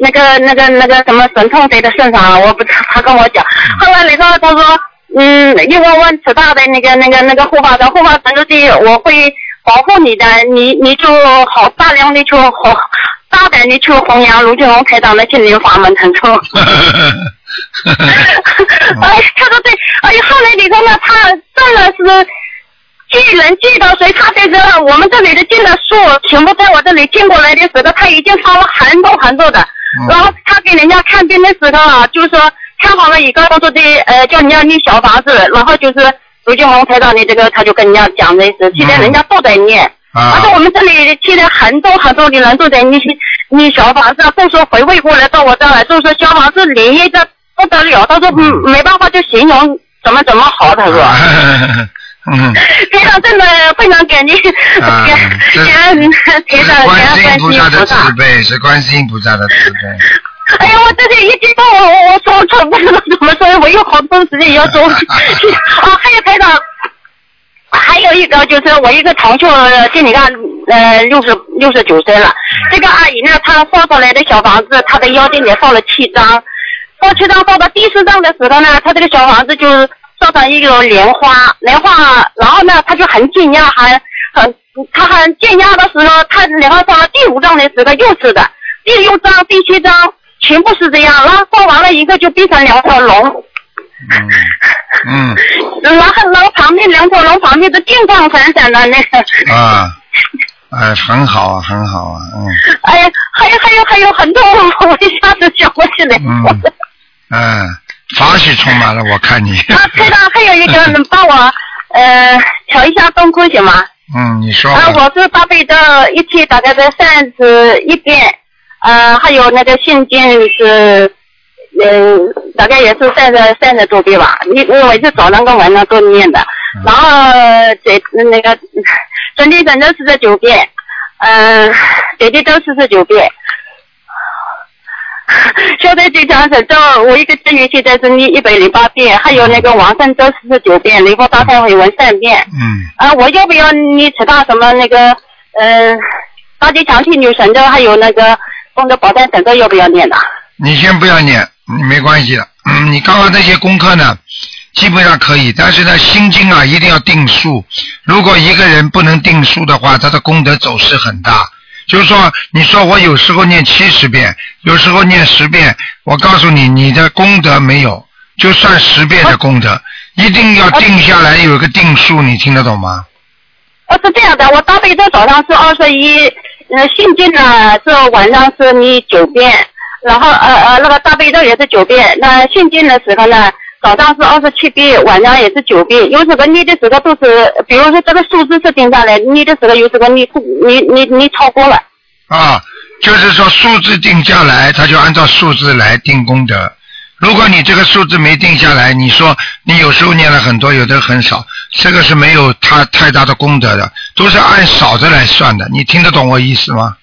Speaker 3: 那个那个那个什么神通谁的身上，我不知道，他跟我 讲。后来然后他说，嗯，又问问慈大的那个那个那个护法神，护法神就是我会保护你的，你你就好大量的去弘，大胆的去弘扬卢俊宏台长的心灵法门成功。
Speaker 2: 呵呵呵 呵
Speaker 3: 哎，他说对，哎呀，后来你说呢，他真的是聚人聚到，所以他在这我们这里的进的树全部在我这里进过来的时候，他已经烧了很多很多的。
Speaker 2: 嗯
Speaker 3: 然后他给人家看病的时候啊，就是说看好了以后，他说的呃叫人家念小房子，然后就是卢俊宏台长的这个，他就跟人家讲的是，现在人家都在念。而且我
Speaker 2: 啊，
Speaker 3: 们这里现在很多很多的人都在你你小房子，都说回味过来到我这儿来，就说小房子灵验的不得了，他说嗯没办法就形容怎么怎么好，他
Speaker 5: 啊
Speaker 3: 说。
Speaker 2: 嗯，
Speaker 3: 非常真的非常感激，
Speaker 2: 啊
Speaker 3: 感
Speaker 2: 这
Speaker 3: 感恩台
Speaker 2: 是
Speaker 3: 长，感
Speaker 2: 观世音
Speaker 3: 恩
Speaker 2: 菩
Speaker 3: 观
Speaker 2: 萨
Speaker 3: 世音
Speaker 2: 的
Speaker 3: 菩萨
Speaker 2: 慈。悲，是观世音菩萨的慈悲。
Speaker 3: 哎呀，我这里一激动，我我我说错，不知道 怎么说，我有好多时间也要走。 哦，还有台长，还有一个就是我一个同学，今年看呃六十六十九岁了，这个阿姨呢，她放出来的小房子，她的腰间也放了七张，放七张放到第四张的时候呢，她这个小房子就是烧成一个莲花，莲花，然后呢，她就很惊讶，还很她很惊讶的时候，她莲花放到第五张的时候又是的，第六张、第七张全部是这样，然后放完了一个就变成两条龙，
Speaker 2: 嗯嗯
Speaker 3: 然后然后旁边两条龙旁边的金光闪闪的那个。
Speaker 2: 啊，哎，很好啊，很好啊，嗯
Speaker 3: 哎呀，还有还有还有很多，我一下子想不起来。
Speaker 2: 嗯嗯，法喜充满了，我看你。
Speaker 3: 啊，台长，还有一个，能帮我呃调一下动库行吗？
Speaker 2: 嗯，你说
Speaker 3: 啊，
Speaker 2: 吧。
Speaker 3: 我是八倍的，一天大概在三十一遍，呃，还有那个现金是。嗯，大概也是三十三十多遍吧，因因为我是早上跟晚上都念的，然后这那个准提神咒四十九遍，嗯、姐姐都四十九遍， 现在最强神咒，我一个字语现在是念一百零八遍，还有那个往生咒四十九遍，雷佛大忏悔文三遍，
Speaker 2: 嗯
Speaker 3: 啊，我要不要你吃到什么那个，嗯、大吉祥天女神咒，还有那个功德宝山神咒，要不要念的？，
Speaker 2: 你先不要念，你没关系的。嗯，你刚刚那些功课呢，基本上可以，但是呢，心经啊一定要定数。如果一个人不能定数的话，他的功德走势很大。就是说，你说我有时候念七十遍，有时候念十遍，我告诉你，你的功德没有，就算十遍的功德，一定要定下来有一个定数，你听得懂吗？
Speaker 3: 哦，是这样的，我大悲咒早上是二十一，呃，心经呢是晚上是你九遍，然后呃呃那个大悲咒也是九遍，那心经的时候呢，早上是二十七遍，晚上也是九遍，有时候念的时候都是，比如说这个数字是定下来，念的时候有时候你你你你超过了。
Speaker 2: 啊，就是说数字定下来，他就按照数字来定功德。如果你这个数字没定下来，你说你有时候念了很多，有的很少，这个是没有他太大的功德的，都是按少的来算的。你听得懂我意思吗？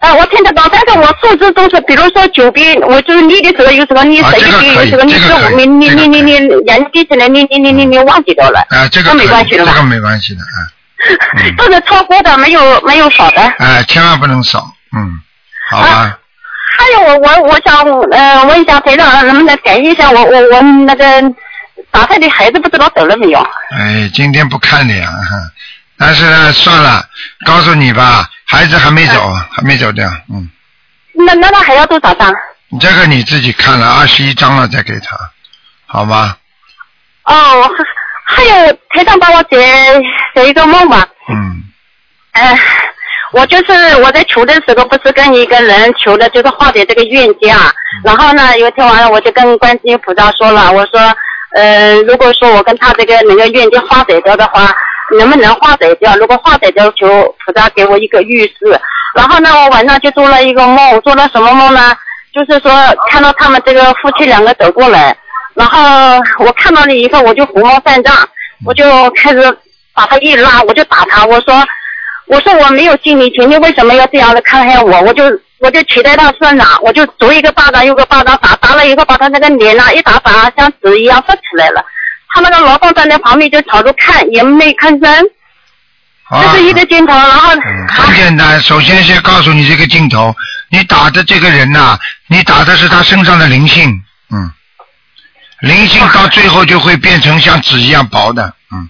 Speaker 3: 呃，我听得懂，但是我数字都是，比如说九遍，我就是念的时候有时候念
Speaker 2: 啊
Speaker 3: 十
Speaker 2: 这
Speaker 3: 一
Speaker 2: 个
Speaker 3: 遍，
Speaker 2: 可
Speaker 3: 有
Speaker 2: 以
Speaker 3: 时候念
Speaker 2: 这
Speaker 3: 十
Speaker 2: 个
Speaker 3: 五
Speaker 2: 可以
Speaker 3: 遍，念
Speaker 2: 这个
Speaker 3: 念念
Speaker 2: 可以嗯
Speaker 3: 念，人记起来念念念念念忘记掉了，
Speaker 2: 啊、这个
Speaker 3: 那
Speaker 2: 可
Speaker 3: 没
Speaker 2: 以
Speaker 3: 关系
Speaker 2: 这
Speaker 3: 了吧
Speaker 2: 个没关系的啊，嗯
Speaker 3: 都是超过的，没有没有少的。
Speaker 2: 哎、千万不能少，嗯，好吧。
Speaker 3: 啊还有我我我想呃问一下台长能不能感应一下我我我那个打胎的孩子不知道走了没有？
Speaker 2: 哎，今天不看脸，哼但是呢，算了，告诉你吧，孩子还没走，还没走掉，嗯，
Speaker 3: 那那他还要多少张？哦
Speaker 2: 这个你自己看了二十一章了再给他，好吗？
Speaker 3: 哦，还还有台长帮我解解一个梦吧。
Speaker 2: 嗯，
Speaker 3: 呃，我就是我在求的时候，不是跟一个人求的，就是化解这个冤家。然后呢，有一天晚上我就跟观世音菩萨说了，我说，呃，如果说我跟他这个能够冤家化解掉的话，能不能化解掉？如果化解掉，求菩萨给我一个预示。然后呢，我晚上就做了一个梦，做了什么梦呢？就是说看到他们这个夫妻两个走过来，然后我看到了以后，我就火冒三丈，我就开始把他一拉，我就打他，我说。我说我没有尽力情，你为什么要这样的看待我？我就我就骑在他身上，我就左一个巴掌，右一个巴掌打，打了以后把他那个脸呐、一打打像纸一样翻起来了。他那个老公站在旁边就朝着看，也没吭声，
Speaker 2: 好
Speaker 3: 这
Speaker 2: 吧。
Speaker 3: 是一个镜头。然后
Speaker 2: 啊嗯，
Speaker 3: 啊
Speaker 2: 很简单，首先先告诉你这个镜头，你打的这个人呐、你打的是他身上的灵性，嗯，灵性到最后就会变成像纸一样薄的，嗯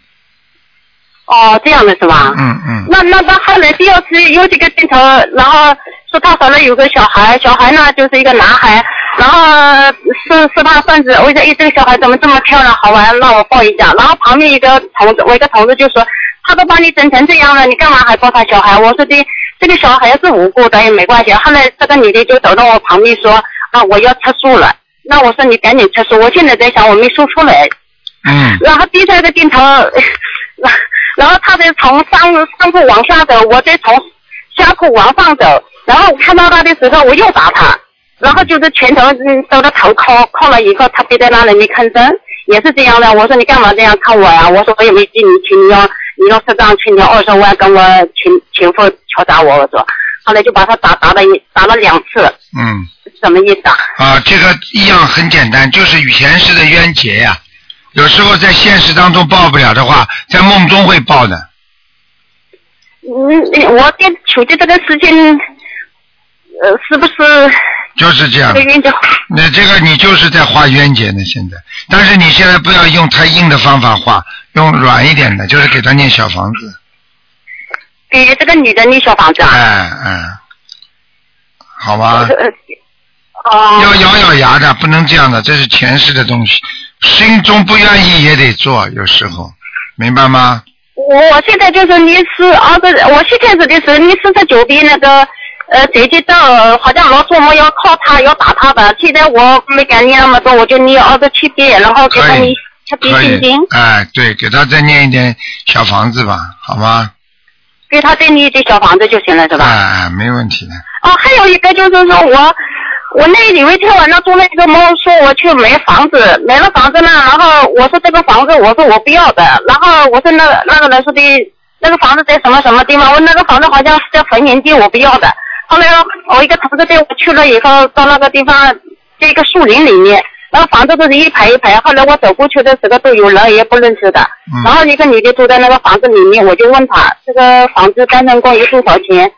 Speaker 3: 哦，这样的是吧？
Speaker 2: 嗯嗯，
Speaker 3: 那那那后来第二次又这个镜头，然后说他手了有个小孩，小孩呢就是一个男孩，然后是是他孙子，我说哎这个小孩怎么这么漂亮好玩，让我抱一下。然后旁边一个同志，我一个同志就说，他都把你整成这样了，你干嘛还抱他小孩？我说的这个小孩是无辜的也没关系。后来这个女的就走到我旁边说啊我要吃素了，那我说你赶紧吃素，我现在在想我没说出来，
Speaker 2: 嗯，
Speaker 3: 然后第三个镜头， 然然后他在从上上铺往下走，我再从下铺往上走，然后看到他的时候我又打他，然后就是拳头嗯到他头敲敲了以后，他憋在那里没吭声，也是这样的。我说你干嘛这样看我呀？我说我也没记你请你要你要适当请你二十万跟我情情妇敲打我，我说后来就把他打打了一打了两次，
Speaker 2: 嗯。
Speaker 3: 什么意思啊？
Speaker 2: 啊，这个一样很简单，就是与前世的冤结呀、有时候在现实当中报不了的话，在梦中会报的。
Speaker 3: 嗯，我在求的这个事情，呃，是不是？
Speaker 2: 就是这样
Speaker 3: 这，个运就
Speaker 2: 那这个你就是在画冤结呢，现在。但是你现在不要用太硬的方法画，用软一点的，就是给他念小房子。
Speaker 3: 给这个女的那小房子啊。
Speaker 2: 哎哎，好吧，
Speaker 3: 呃哦、
Speaker 2: 啊要咬咬牙的，不能这样的，这是前世的东西，心中不愿意也得做，有时候，明白吗？
Speaker 3: 我我现在就是你是二十，我最开始的时候你四十九遍那个呃姐姐到好像老做梦要靠他要打他的，现在我没敢念那么多，我就啊念二十七遍，然后给他
Speaker 2: 可
Speaker 3: 们
Speaker 2: 以
Speaker 3: 他比
Speaker 2: 可
Speaker 3: 心
Speaker 2: 以
Speaker 3: 经，，
Speaker 2: 哎，对，给他再念一点小房子吧，好吗？
Speaker 3: 给他再念一点小房子就行了，是吧？
Speaker 2: 哎哎，没问题的。
Speaker 3: 哦，还有一个就是说我，我那有一天晚上做了一个梦，说我去买房子，买了房子呢，然后我说这个房子我说我不要的，然后我说那个那个人说的，那个房子在什么什么地方，我那个房子好像是在坟园地，我不要的。后来我一个同事带我去了以后，到那个地方，在一个树林里面，那个房子都是一排一排。后来我走过去的时候都有人，也不认识的。
Speaker 2: 嗯
Speaker 3: 然后一个女的住在那个房子里面，我就问她这个房子单身公寓多少钱？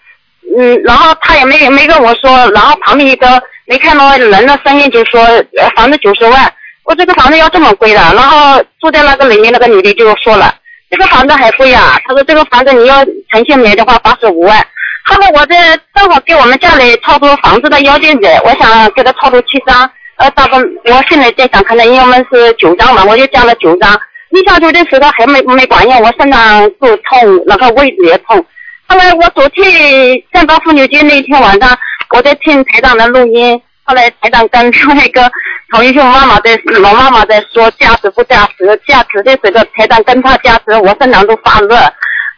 Speaker 3: 嗯，然后他也没没跟我说，然后旁边一个没看到人的声音就说呃房子九十万，我这个房子要这么贵的，然后住在那个里面那个女的就说了，这个房子还贵啊，她说这个房子你要诚心买的话八十五万，后来我这正好给我们家里超出房子的要件者，我想给他超出七张，呃，大哥，我现在在想看看，因为我们是九张嘛，我就加了九张。立下去的时候还没没管用，我身上就痛，然后胃也痛。后来我昨天站到妇女节那天晚上，我在听台长的录音，后来台长跟哎另外一个同一个妈妈在老妈妈在说价值不价值，价值的时候台长跟她价值，我身上都发热。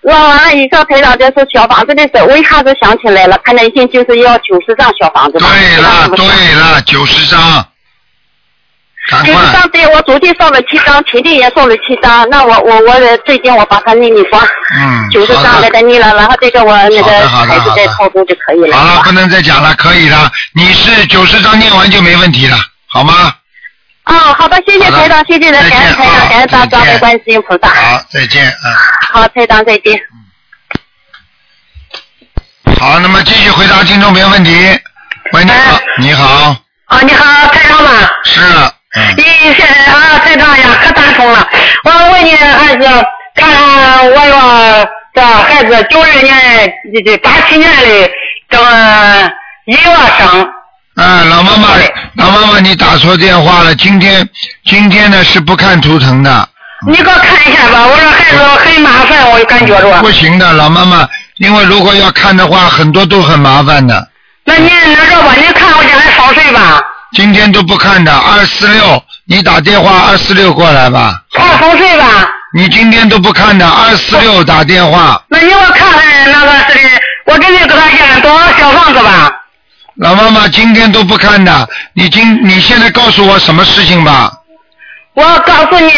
Speaker 3: 那完了以后，台长就说小房子的时候，我一下子想起来了，看来现就是要九十张小房子吧。
Speaker 2: 对了，
Speaker 3: 这样子吧
Speaker 2: 对了，九十张，赶
Speaker 3: 就是
Speaker 2: 快
Speaker 3: 哎上次我昨天送了七张，前天也送了七张，那我我我的最近我把它念念放
Speaker 2: 嗯，
Speaker 3: 九十
Speaker 2: 好
Speaker 3: 张
Speaker 2: 的
Speaker 3: 那个念了，然后这个我那
Speaker 2: 好的
Speaker 3: 个
Speaker 2: 好的
Speaker 3: 孩子
Speaker 2: 好的
Speaker 3: 再操作就可以了。
Speaker 2: 好了，不能再讲了，可以了。你是九十章念完就没问题了，好吗？
Speaker 3: 哦，好的，谢谢
Speaker 2: 好的
Speaker 3: 台长，谢谢您的
Speaker 2: 再见
Speaker 3: 感恩台
Speaker 2: 啊
Speaker 3: 长，感恩大
Speaker 2: 再
Speaker 3: 家
Speaker 2: 见
Speaker 3: 的关心菩萨。
Speaker 2: 好，再见啊、
Speaker 3: 好，台长再见。
Speaker 2: 嗯好，那么继续回答听众朋友问题。喂，你好，你好，
Speaker 5: 啊，你好，台长嘛。
Speaker 2: 是，嗯，
Speaker 5: 你是啊，台长呀，可打通了。我问你儿子，看我说这孩子呃九二年、这八七年的，这个一月生。
Speaker 2: 啊，老妈妈，老妈妈，你打错电话了。今天，今天呢是不看图腾的，
Speaker 5: 你给我看一下吧，我说孩子很麻烦，我就感觉着。
Speaker 2: 不行的，老妈妈，因为如果要看的话，很多都很麻烦的。
Speaker 5: 那您那这吧，您看我家的风水吧，
Speaker 2: 今天都不看的，二四六，你打电话二四六过来吧。
Speaker 5: 看风水吧。
Speaker 2: 你今天都不看的，二四六打电话。
Speaker 5: 那你给我看看那个是的，我给你给他建多少小房子吧？
Speaker 2: 老妈妈今天都不看的，你今你现在告诉我什么事情吧？
Speaker 5: 我告诉你，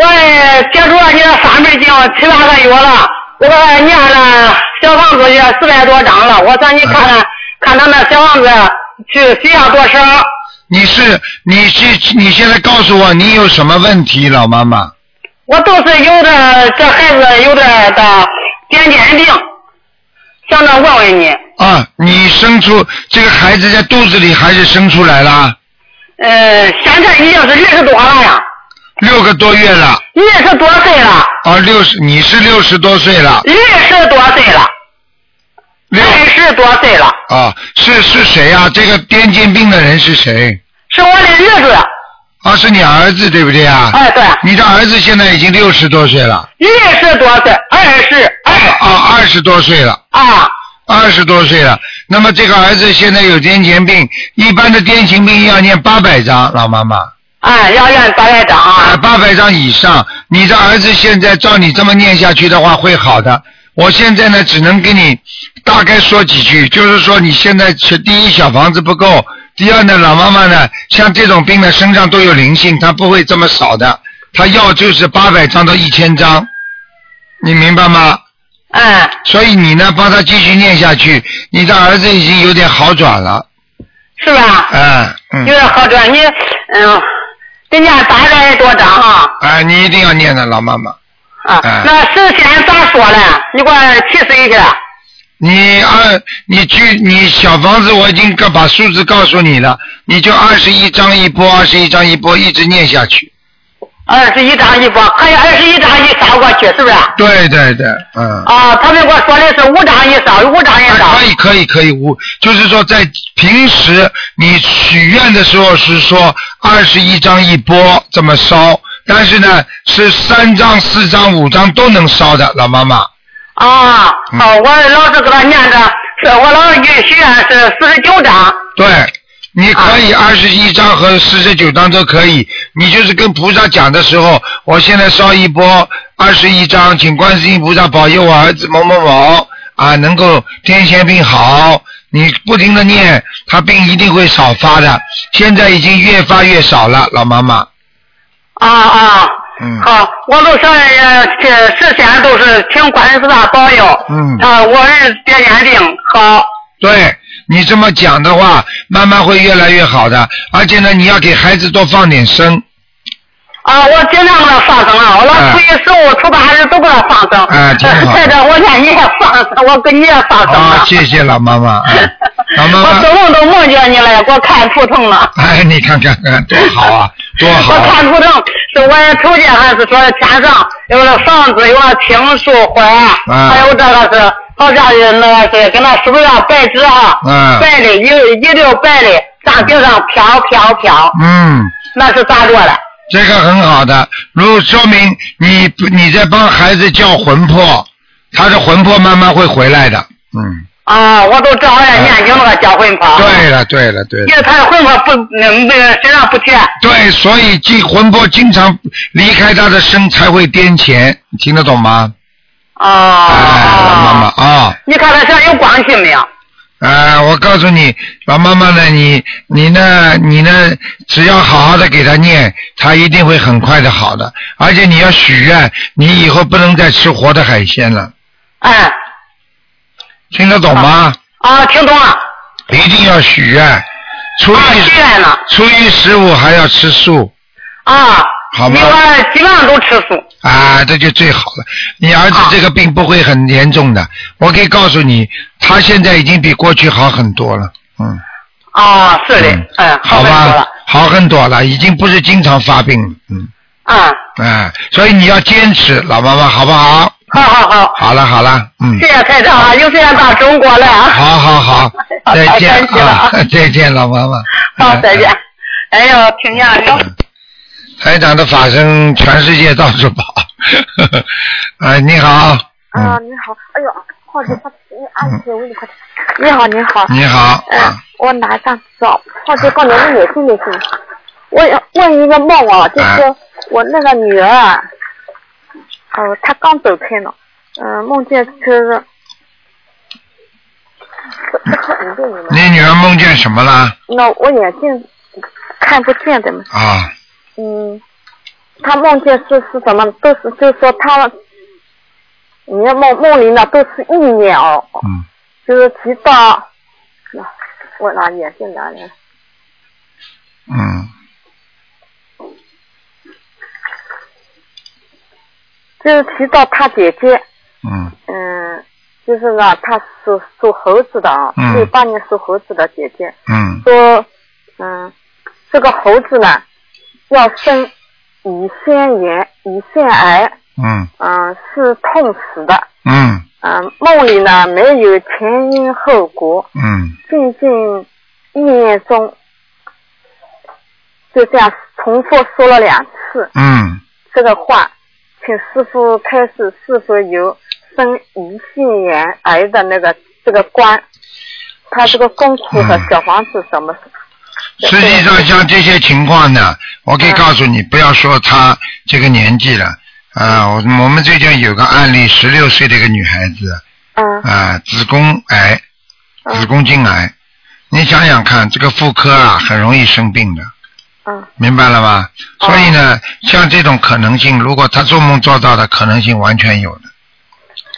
Speaker 5: 我呃接触了你的法门经七八个月了，我念了小房子也四百多张了，我让你看看、看他那小房子去需要多少？
Speaker 2: 你是你是你现在告诉我你有什么问题，老妈妈？
Speaker 5: 我都是有的，这孩子有的的癫痫病，想着问问你，
Speaker 2: 啊，你生出这个孩子在肚子里还是生出来啦？
Speaker 5: 呃，现在已经是六十多了呀，
Speaker 2: 六个多月了，
Speaker 5: 六十多岁了，
Speaker 2: 啊，六十你是六十多岁了，
Speaker 5: 六十多岁了，
Speaker 2: 六
Speaker 5: 二十多岁了，
Speaker 2: 啊是是谁啊？这个癫痫病的人是谁？
Speaker 5: 是我的儿子，
Speaker 2: 啊，是你儿子对不对啊？
Speaker 5: 哎对，
Speaker 2: 你的儿子现在已经六十多岁了，
Speaker 5: 二十多岁，二十二
Speaker 2: 啊，二十多岁了，
Speaker 5: 啊。
Speaker 2: 二十多岁了。那么这个儿子现在有癫痫病，一般的癫痫病要念八百章，老妈妈。
Speaker 5: 哎，要让大院长
Speaker 2: 啊，
Speaker 5: 啊，
Speaker 2: 八百张以上，你的儿子现在照你这么念下去的话会好的。我现在呢，只能给你大概说几句，就是说你现在是第一小房子不够，第二呢，老妈妈呢，像这种病呢，身上都有灵性，她不会这么少的，她要就是八百张到一千张，你明白吗？
Speaker 5: 嗯，
Speaker 2: 所以你呢，帮他继续念下去，你的儿子已经有点好转了，
Speaker 5: 是吧？
Speaker 2: 哎，
Speaker 5: 有
Speaker 2: 嗯，
Speaker 5: 点好转，你嗯，人家大院多张啊，
Speaker 2: 哎，你一定要念的，老妈妈。
Speaker 5: 啊
Speaker 2: 哎，
Speaker 5: 那事先咋说嘞？你给我提示一下。
Speaker 2: 你二，你去你小房子，我已经告把数字告诉你了，你就二十一章一波，二十一章一波，一直念下去。
Speaker 5: 二十一张一波，可以二十一张一扫过去，是不是？
Speaker 2: 对对对，嗯，哎
Speaker 5: 啊，他们给我说的是五张一扫，五张一扫
Speaker 2: 啊可。以可以可以，我就是说在平时你许愿的时候是说二十一章一波这么烧，但是呢是三章、四章、五章都能烧的，老妈妈。
Speaker 5: 啊，
Speaker 2: 嗯
Speaker 5: 好，我老是给他念着，是我老是许愿啊是四十九张。
Speaker 2: 对，你
Speaker 5: 啊
Speaker 2: 可以二十一章和四十九章都可以。你就是跟菩萨讲的时候，我现在烧一波二十一章，请观世音菩萨保佑我儿子某某某啊，能够癫痫病好。你不停的念，他病一定会少发的。现在已经越发越少了，老妈妈。
Speaker 5: 啊啊，
Speaker 2: 嗯
Speaker 5: 好，我都说呃，这事先都是请观世大保佑，
Speaker 2: 嗯
Speaker 5: 啊，我儿子癫痫病好，
Speaker 2: 对你这么讲的话，慢慢会越来越好的。而且呢，你要给孩子多放点生，
Speaker 5: 啊，我尽量给他放生啊了，我老
Speaker 2: 哎
Speaker 5: 初一十五、初八日都给他放生，呃
Speaker 2: 哎挺好
Speaker 5: 这个我念你也放生，我跟你也放生
Speaker 2: 啊、
Speaker 5: 了，
Speaker 2: 谢谢老妈妈，啊、老妈妈
Speaker 5: 我。做梦都梦见你了，给我看图腾了。
Speaker 2: 哎，你看看看，多好啊，多好、
Speaker 5: 我
Speaker 2: 啊！
Speaker 5: 看图腾是我瞅见还是说天上有了房子，有了青树槐，
Speaker 2: 嗯
Speaker 5: 还有这个是好像是那个是跟那树上白纸啊，
Speaker 2: 嗯
Speaker 5: 白的一一溜白的，上顶上飘飘飘，
Speaker 2: 嗯，
Speaker 5: 那是咋做的？
Speaker 2: 这个很好的，如说明你你在帮孩子叫魂魄，他的魂魄慢慢会回来的。嗯，
Speaker 5: 啊，我都正好像念经那个叫魂魄，
Speaker 2: 对了，对了，对
Speaker 5: 因
Speaker 2: 了，
Speaker 5: 为他的魂魄不那个身上不啊全，
Speaker 2: 对，所以经魂魄经常离开他的身才会癫痫，你听得懂吗？
Speaker 5: 啊，
Speaker 2: 哎，老妈妈啊、
Speaker 5: 你看他身上有光气没有？
Speaker 2: 啊，我告诉你，老妈妈呢，你你呢，你呢，只要好好的给她念，她一定会很快的好的。而且你要许愿，你以后不能再吃活的海鲜了，
Speaker 5: 哎，
Speaker 2: 听得懂吗？
Speaker 5: 啊，听懂了，
Speaker 2: 一定要许愿。初
Speaker 5: 啊，
Speaker 2: 一
Speaker 5: 许愿了，
Speaker 2: 初一十五还要吃素
Speaker 5: 啊，
Speaker 2: 好吗
Speaker 5: 你说基本上都吃素，
Speaker 2: 啊，这就最好了。你儿子这个病不会很严重的，我可以告诉你，他现在已经比过去好很多了。嗯，
Speaker 5: 啊，是的
Speaker 2: 嗯，
Speaker 5: 嗯，
Speaker 2: 好
Speaker 5: 很多
Speaker 2: 吧
Speaker 5: 了，，
Speaker 2: 好很多了，已经不是经常发病了。嗯，
Speaker 5: 嗯，
Speaker 2: 哎，所以你要坚持，老妈妈，好不好？
Speaker 5: 好好好，
Speaker 2: 好了好了，嗯
Speaker 5: 谢，谢台长啊，又这样到中国来啊，
Speaker 2: 好好好，再见
Speaker 5: 太客气了
Speaker 2: 啊， 再见，老妈妈。
Speaker 5: 好，再见。哎呦，听见了，
Speaker 2: 台长的法身，全世界到处跑。 哎，你好。
Speaker 3: 啊，
Speaker 2: 嗯，
Speaker 3: 你好，哎呦，好久不，你安息，我给你快点。你好，你好，
Speaker 2: 你好。
Speaker 3: 嗯、
Speaker 2: 啊
Speaker 3: 我马上找，或者刚才问也听没听？我要问一个梦啊，就是
Speaker 2: 啊
Speaker 3: 我那个女儿啊，哦、她刚走开呢，嗯、梦见 是，不不是你们，
Speaker 2: 你女儿梦见什么了？
Speaker 3: 那我眼睛看不见的嘛，
Speaker 2: 啊，
Speaker 3: 嗯，她梦见是是什么？都是就是说她，你的梦梦里呢都是意念哦。
Speaker 2: 嗯，
Speaker 3: 就是提到，我拿眼镜拿来了，
Speaker 2: 嗯，
Speaker 3: 就是提到他姐姐，
Speaker 2: 嗯，
Speaker 3: 嗯，就是呢，他属属猴子的啊
Speaker 2: 嗯，
Speaker 3: 六八年属猴子的姐姐
Speaker 2: 嗯，
Speaker 3: 说，嗯，这个猴子呢要生胰腺炎、胰腺癌，
Speaker 2: 嗯，
Speaker 3: 嗯，是痛死的，
Speaker 2: 嗯，
Speaker 3: 嗯，梦里呢没有前因后果，
Speaker 2: 嗯，
Speaker 3: 静静意念中，就这样重复说了两次
Speaker 2: 嗯，
Speaker 3: 这个话，请师傅开示是否有生胰腺炎癌的那个这个关，他这个功课
Speaker 2: 嗯
Speaker 3: 和小房子什么？
Speaker 2: 实际上像这些情况呢，我
Speaker 3: 嗯
Speaker 2: 可以告诉你，不要说她这个年纪了。啊，我我们最近有个案例，十六岁的一个女孩子，
Speaker 3: 嗯
Speaker 2: 啊，子宫癌，子
Speaker 3: 嗯
Speaker 2: 宫颈癌，你想想看，这个妇科啊，很容易生病的。
Speaker 3: 嗯
Speaker 2: 明白了吗？所以呢，像这种可能性，如果他做梦做到的可能性完全有的，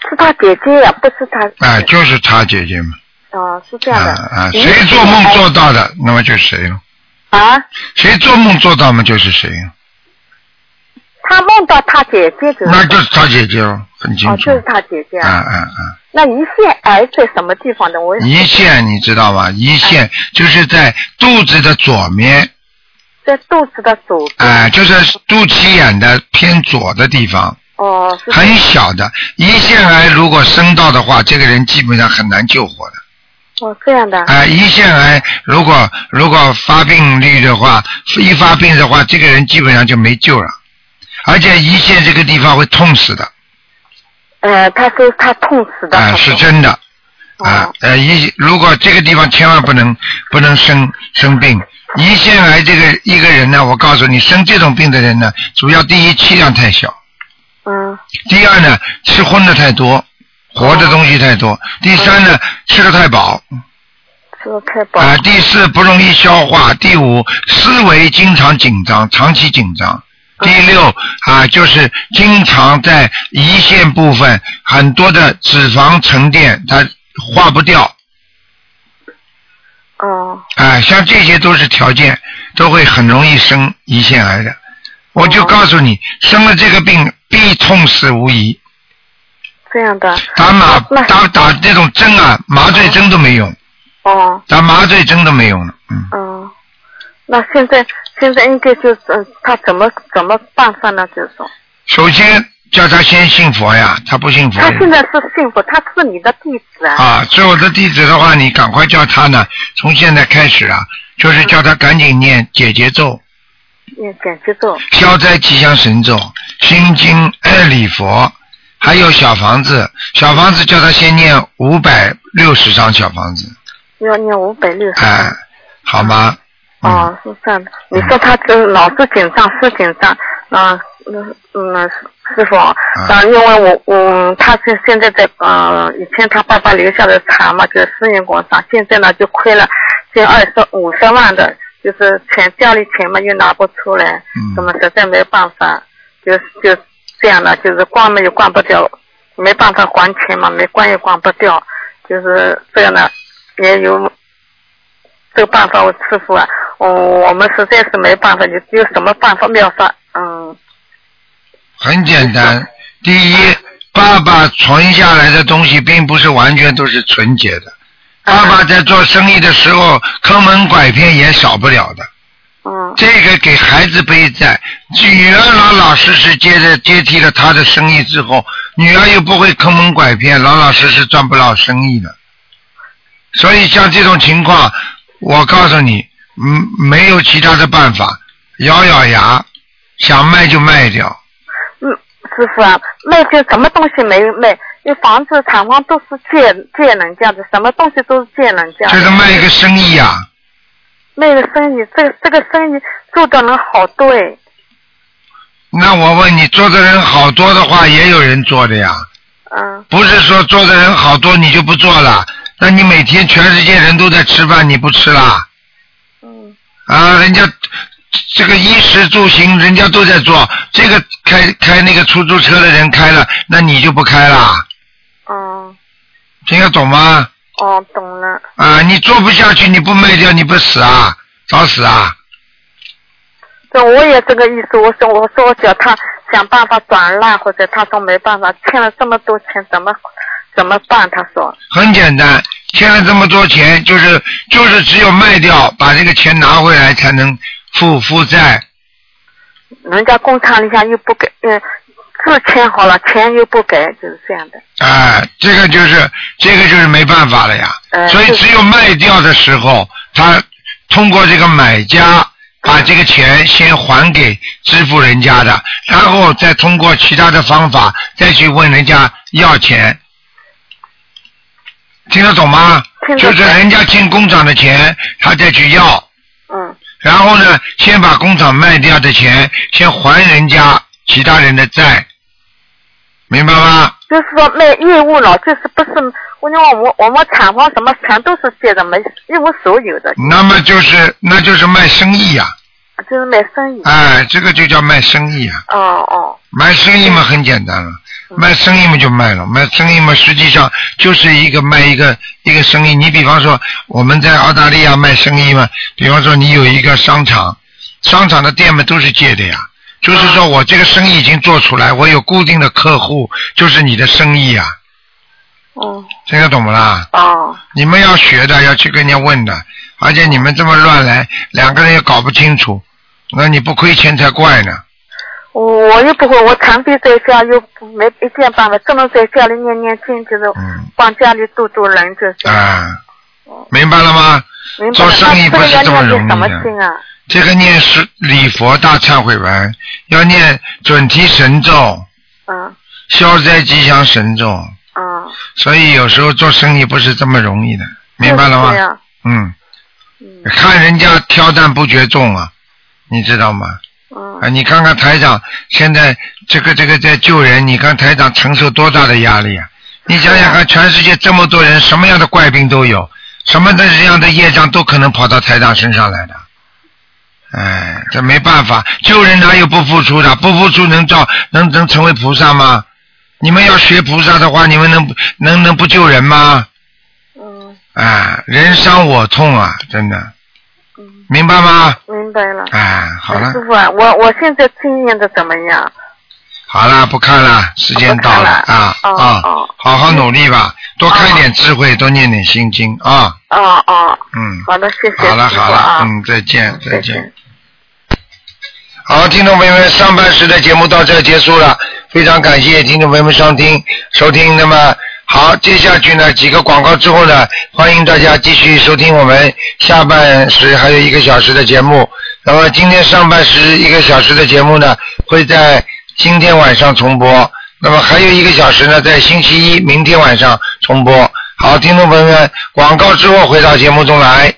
Speaker 3: 是他姐姐呀，不是他。
Speaker 2: 哎、就是他姐姐嘛，
Speaker 3: 啊，是这
Speaker 2: 啊
Speaker 3: 样嗯的。
Speaker 2: 啊，
Speaker 3: 胰
Speaker 2: 谁
Speaker 3: 腺
Speaker 2: 做梦
Speaker 3: 癌
Speaker 2: 做到的，那么就是谁了，嗯
Speaker 3: 啊？
Speaker 2: 谁做梦做到嘛就是谁了，
Speaker 3: 他梦到他姐姐就是。
Speaker 2: 那就是他姐姐了，很清
Speaker 3: 哦，
Speaker 2: 楚，
Speaker 3: 就是他姐姐
Speaker 2: 啊啊啊！
Speaker 3: 那胰腺癌在什么地方的？我
Speaker 2: 胰腺你知道吗？胰腺就是在肚子的左面，
Speaker 3: 在肚子的左边。
Speaker 2: 哎、就是肚脐眼的偏左的地方，
Speaker 3: 哦，是
Speaker 2: 很小的。胰腺癌如果升到的话，这个人基本上很难救活的。
Speaker 3: 哦这样的。
Speaker 2: 啊、胰腺癌如果如果发病率的话，一发病的话，这个人基本上就没救了，而且胰腺这个地方会痛死的，
Speaker 3: 呃，他说他痛死的。
Speaker 2: 啊、
Speaker 3: 他
Speaker 2: 是
Speaker 3: 说
Speaker 2: 真的，啊
Speaker 3: 哦、
Speaker 2: 呃，胰如果这个地方千万不能不能生生病，胰腺癌这个一个人呢，我告诉你，生这种病的人呢，主要第一气量太小，
Speaker 3: 嗯
Speaker 2: 第二呢吃荤的太多，活的东西太多，第三呢吃的太饱，
Speaker 3: 这个太饱。
Speaker 2: 啊、第四不容易消化，第五思维经常紧张，长期紧张。第六啊、就是经常在胰腺部分很多的脂肪沉淀，它化不掉。
Speaker 3: 哦
Speaker 2: 啊、像这些都是条件，都会很容易生胰腺癌的。我就
Speaker 3: 哦
Speaker 2: 告诉你，生了这个病必痛死无疑。
Speaker 3: 这样的。
Speaker 2: 打麻
Speaker 3: 那
Speaker 2: 打打这种针啊，麻醉针都没用，
Speaker 3: 哦
Speaker 2: 打麻醉针都没用了。嗯，
Speaker 3: 嗯，那现在现在应该就是呃他怎么怎么办法呢？就是说，
Speaker 2: 首先叫他先信佛呀，他不信佛。
Speaker 3: 他现在是幸福，他是你的弟子啊。
Speaker 2: 啊，所以我的地址的话，你赶快叫他呢，从现在开始啊，就是叫他赶紧念解结咒、
Speaker 3: 念减节咒。
Speaker 2: 消灾吉祥神咒、心经、礼佛，还有小房子。小房子叫他先念五百六十张小房子，
Speaker 3: 要念五百六十。
Speaker 2: 哎，好吗？嗯、
Speaker 3: 哦，是这样的。你说他这老是紧张，是紧张，啊，嗯嗯，
Speaker 6: 啊师傅，啊，因为我我他是现在在嗯、以前他爸爸留下的产嘛，就是私营工厂，现在呢就亏了近二十五十万的，就是钱家里钱嘛又拿不出来，那么实在没办法，就就这样了，就是关门又关不掉，没办法还钱嘛，没关也关不掉，就是这样呢，也有这个办法，我师傅啊，嗯，我们实在是没办法，有有什么办法妙法？嗯，
Speaker 2: 很简单，第一，爸爸存下来的东西并不是完全都是纯洁的。爸爸在做生意的时候，坑蒙拐骗也少不了的。嗯。这个给孩子背债，女儿老老实实接着接替了他的生意之后，女儿又不会坑蒙拐骗，老老实实赚不了生意了。所以像这种情况，我告诉你，嗯，没有其他的办法，咬咬牙，想卖就卖掉。
Speaker 6: 师傅啊，卖就什么东西没卖，因为房子、厂房都是借借人家的，什么东西都是借人家的。
Speaker 2: 就是卖一个生意啊呀、
Speaker 6: 卖了生意，这个这个生意做的人好多哎，
Speaker 2: 那我问你，做的人好多的话，也有人做的呀。
Speaker 6: 嗯。
Speaker 2: 不是说做的人好多你就不做了，那你每天全世界人都在吃饭，你不吃啦？嗯。啊，人家这个衣食住行人家都在做，这个开开那个出租车的人开了，那你就不开啦？
Speaker 6: 嗯，
Speaker 2: 听得懂吗？
Speaker 6: 哦，懂了，
Speaker 2: 啊，你做不下去，你不卖掉，你不死啊？早死啊？
Speaker 6: 这我也这个意思，我说我说我叫他想办法转让，或者他说没办法，欠了这么多钱，怎么怎么办？他说，
Speaker 2: 很简单，欠了这么多钱，就是就是只有卖掉，把这个钱拿回来才能付负债。
Speaker 6: 人家工厂里向又不给，嗯，字签好了，钱又不给，就是这样的。
Speaker 2: 哎、这个就是这个就是没办法了呀。
Speaker 7: 呃
Speaker 2: 所以只有卖掉的时候，他通过这个买
Speaker 7: 嗯
Speaker 2: 家把这个钱先还给支付人家的，然后再通过其他的方法再去问人家要钱。听得懂吗？
Speaker 7: 听得
Speaker 2: 就
Speaker 7: 懂
Speaker 2: 是人家进工厂的钱，他再去要。
Speaker 6: 嗯。
Speaker 2: 然后呢，先把工厂卖掉的钱先还人家其他人的债，明白吗？
Speaker 6: 就是说卖业务了，就是不是我讲我们我们厂房什么全都是借的，没一无所有的，
Speaker 2: 那么就是那就是卖生意呀、
Speaker 6: 就是卖生意。
Speaker 2: 哎，这个就叫卖生意呀、
Speaker 6: 哦哦，
Speaker 2: 卖生意嘛，很简单了，卖生意嘛就卖了，卖生意嘛实际上就是一个卖一个一个生意。你比方说我们在澳大利亚卖生意嘛，比方说你有一个商场，商场的店嘛都是借的呀，就是说我这个生意已经做出来，我有固定的客户，就是你的生意呀、
Speaker 6: 哦
Speaker 2: 听得懂不啦？
Speaker 6: 哦，
Speaker 2: 你们要学的，要去跟人家问的，而且你们这么乱来，两个人也搞不清楚，那你不亏钱才怪呢。
Speaker 6: 我我又不会，我长期在家又不没一点办法，只能在家里念念经，就是帮家里度度人，就是。
Speaker 2: 嗯啊，明白了吗？
Speaker 6: 明白
Speaker 2: 做生意不是这么容易
Speaker 6: 那这个要念
Speaker 2: 的
Speaker 6: 什么经啊？
Speaker 2: 这个念是礼佛大忏悔文，要念准提神咒、
Speaker 6: 嗯
Speaker 2: 消灾吉祥神咒，
Speaker 6: 嗯。
Speaker 2: 所以有时候做生意不是这么容易的，明白了
Speaker 6: 对
Speaker 2: 吗？
Speaker 6: 呀
Speaker 2: 嗯，看人家挑担不觉重啊，你知道吗？啊，你看看台长现在这个这个在救人，你看台长承受多大的压力啊！你想想看，全世界这么多人，什么样的怪病都有，什么的这样的业障都可能跑到台长身上来的。哎，这没办法，救人哪有不付出的？不付出能造能能成为菩萨吗？你们要学菩萨的话，你们能能能不救人吗？嗯。啊，人伤我痛啊，真的。明白吗？
Speaker 6: 明白了。
Speaker 2: 哎，好了
Speaker 6: 师，傅啊，我我现在经验的怎么样？
Speaker 2: 好了，不看了，时间到了啊啊，好好努力吧，多看点智慧，多念点心经啊，
Speaker 6: 哦哦，
Speaker 2: 嗯，
Speaker 6: 好的，谢谢
Speaker 2: 好了
Speaker 6: 师傅
Speaker 2: 好了
Speaker 6: 啊，
Speaker 2: 嗯，再见再见。好，听众朋友们，上半时的节目到这儿结束了，非常感谢听众朋友们收听收听。那么好，接下去呢几个广告之后呢，欢迎大家继续收听我们下半时还有一个小时的节目。那么今天上半时一个小时的节目呢，会在今天晚上重播。那么还有一个小时呢，在星期一明天晚上重播。好，听众朋友们，广告之后回到节目中来。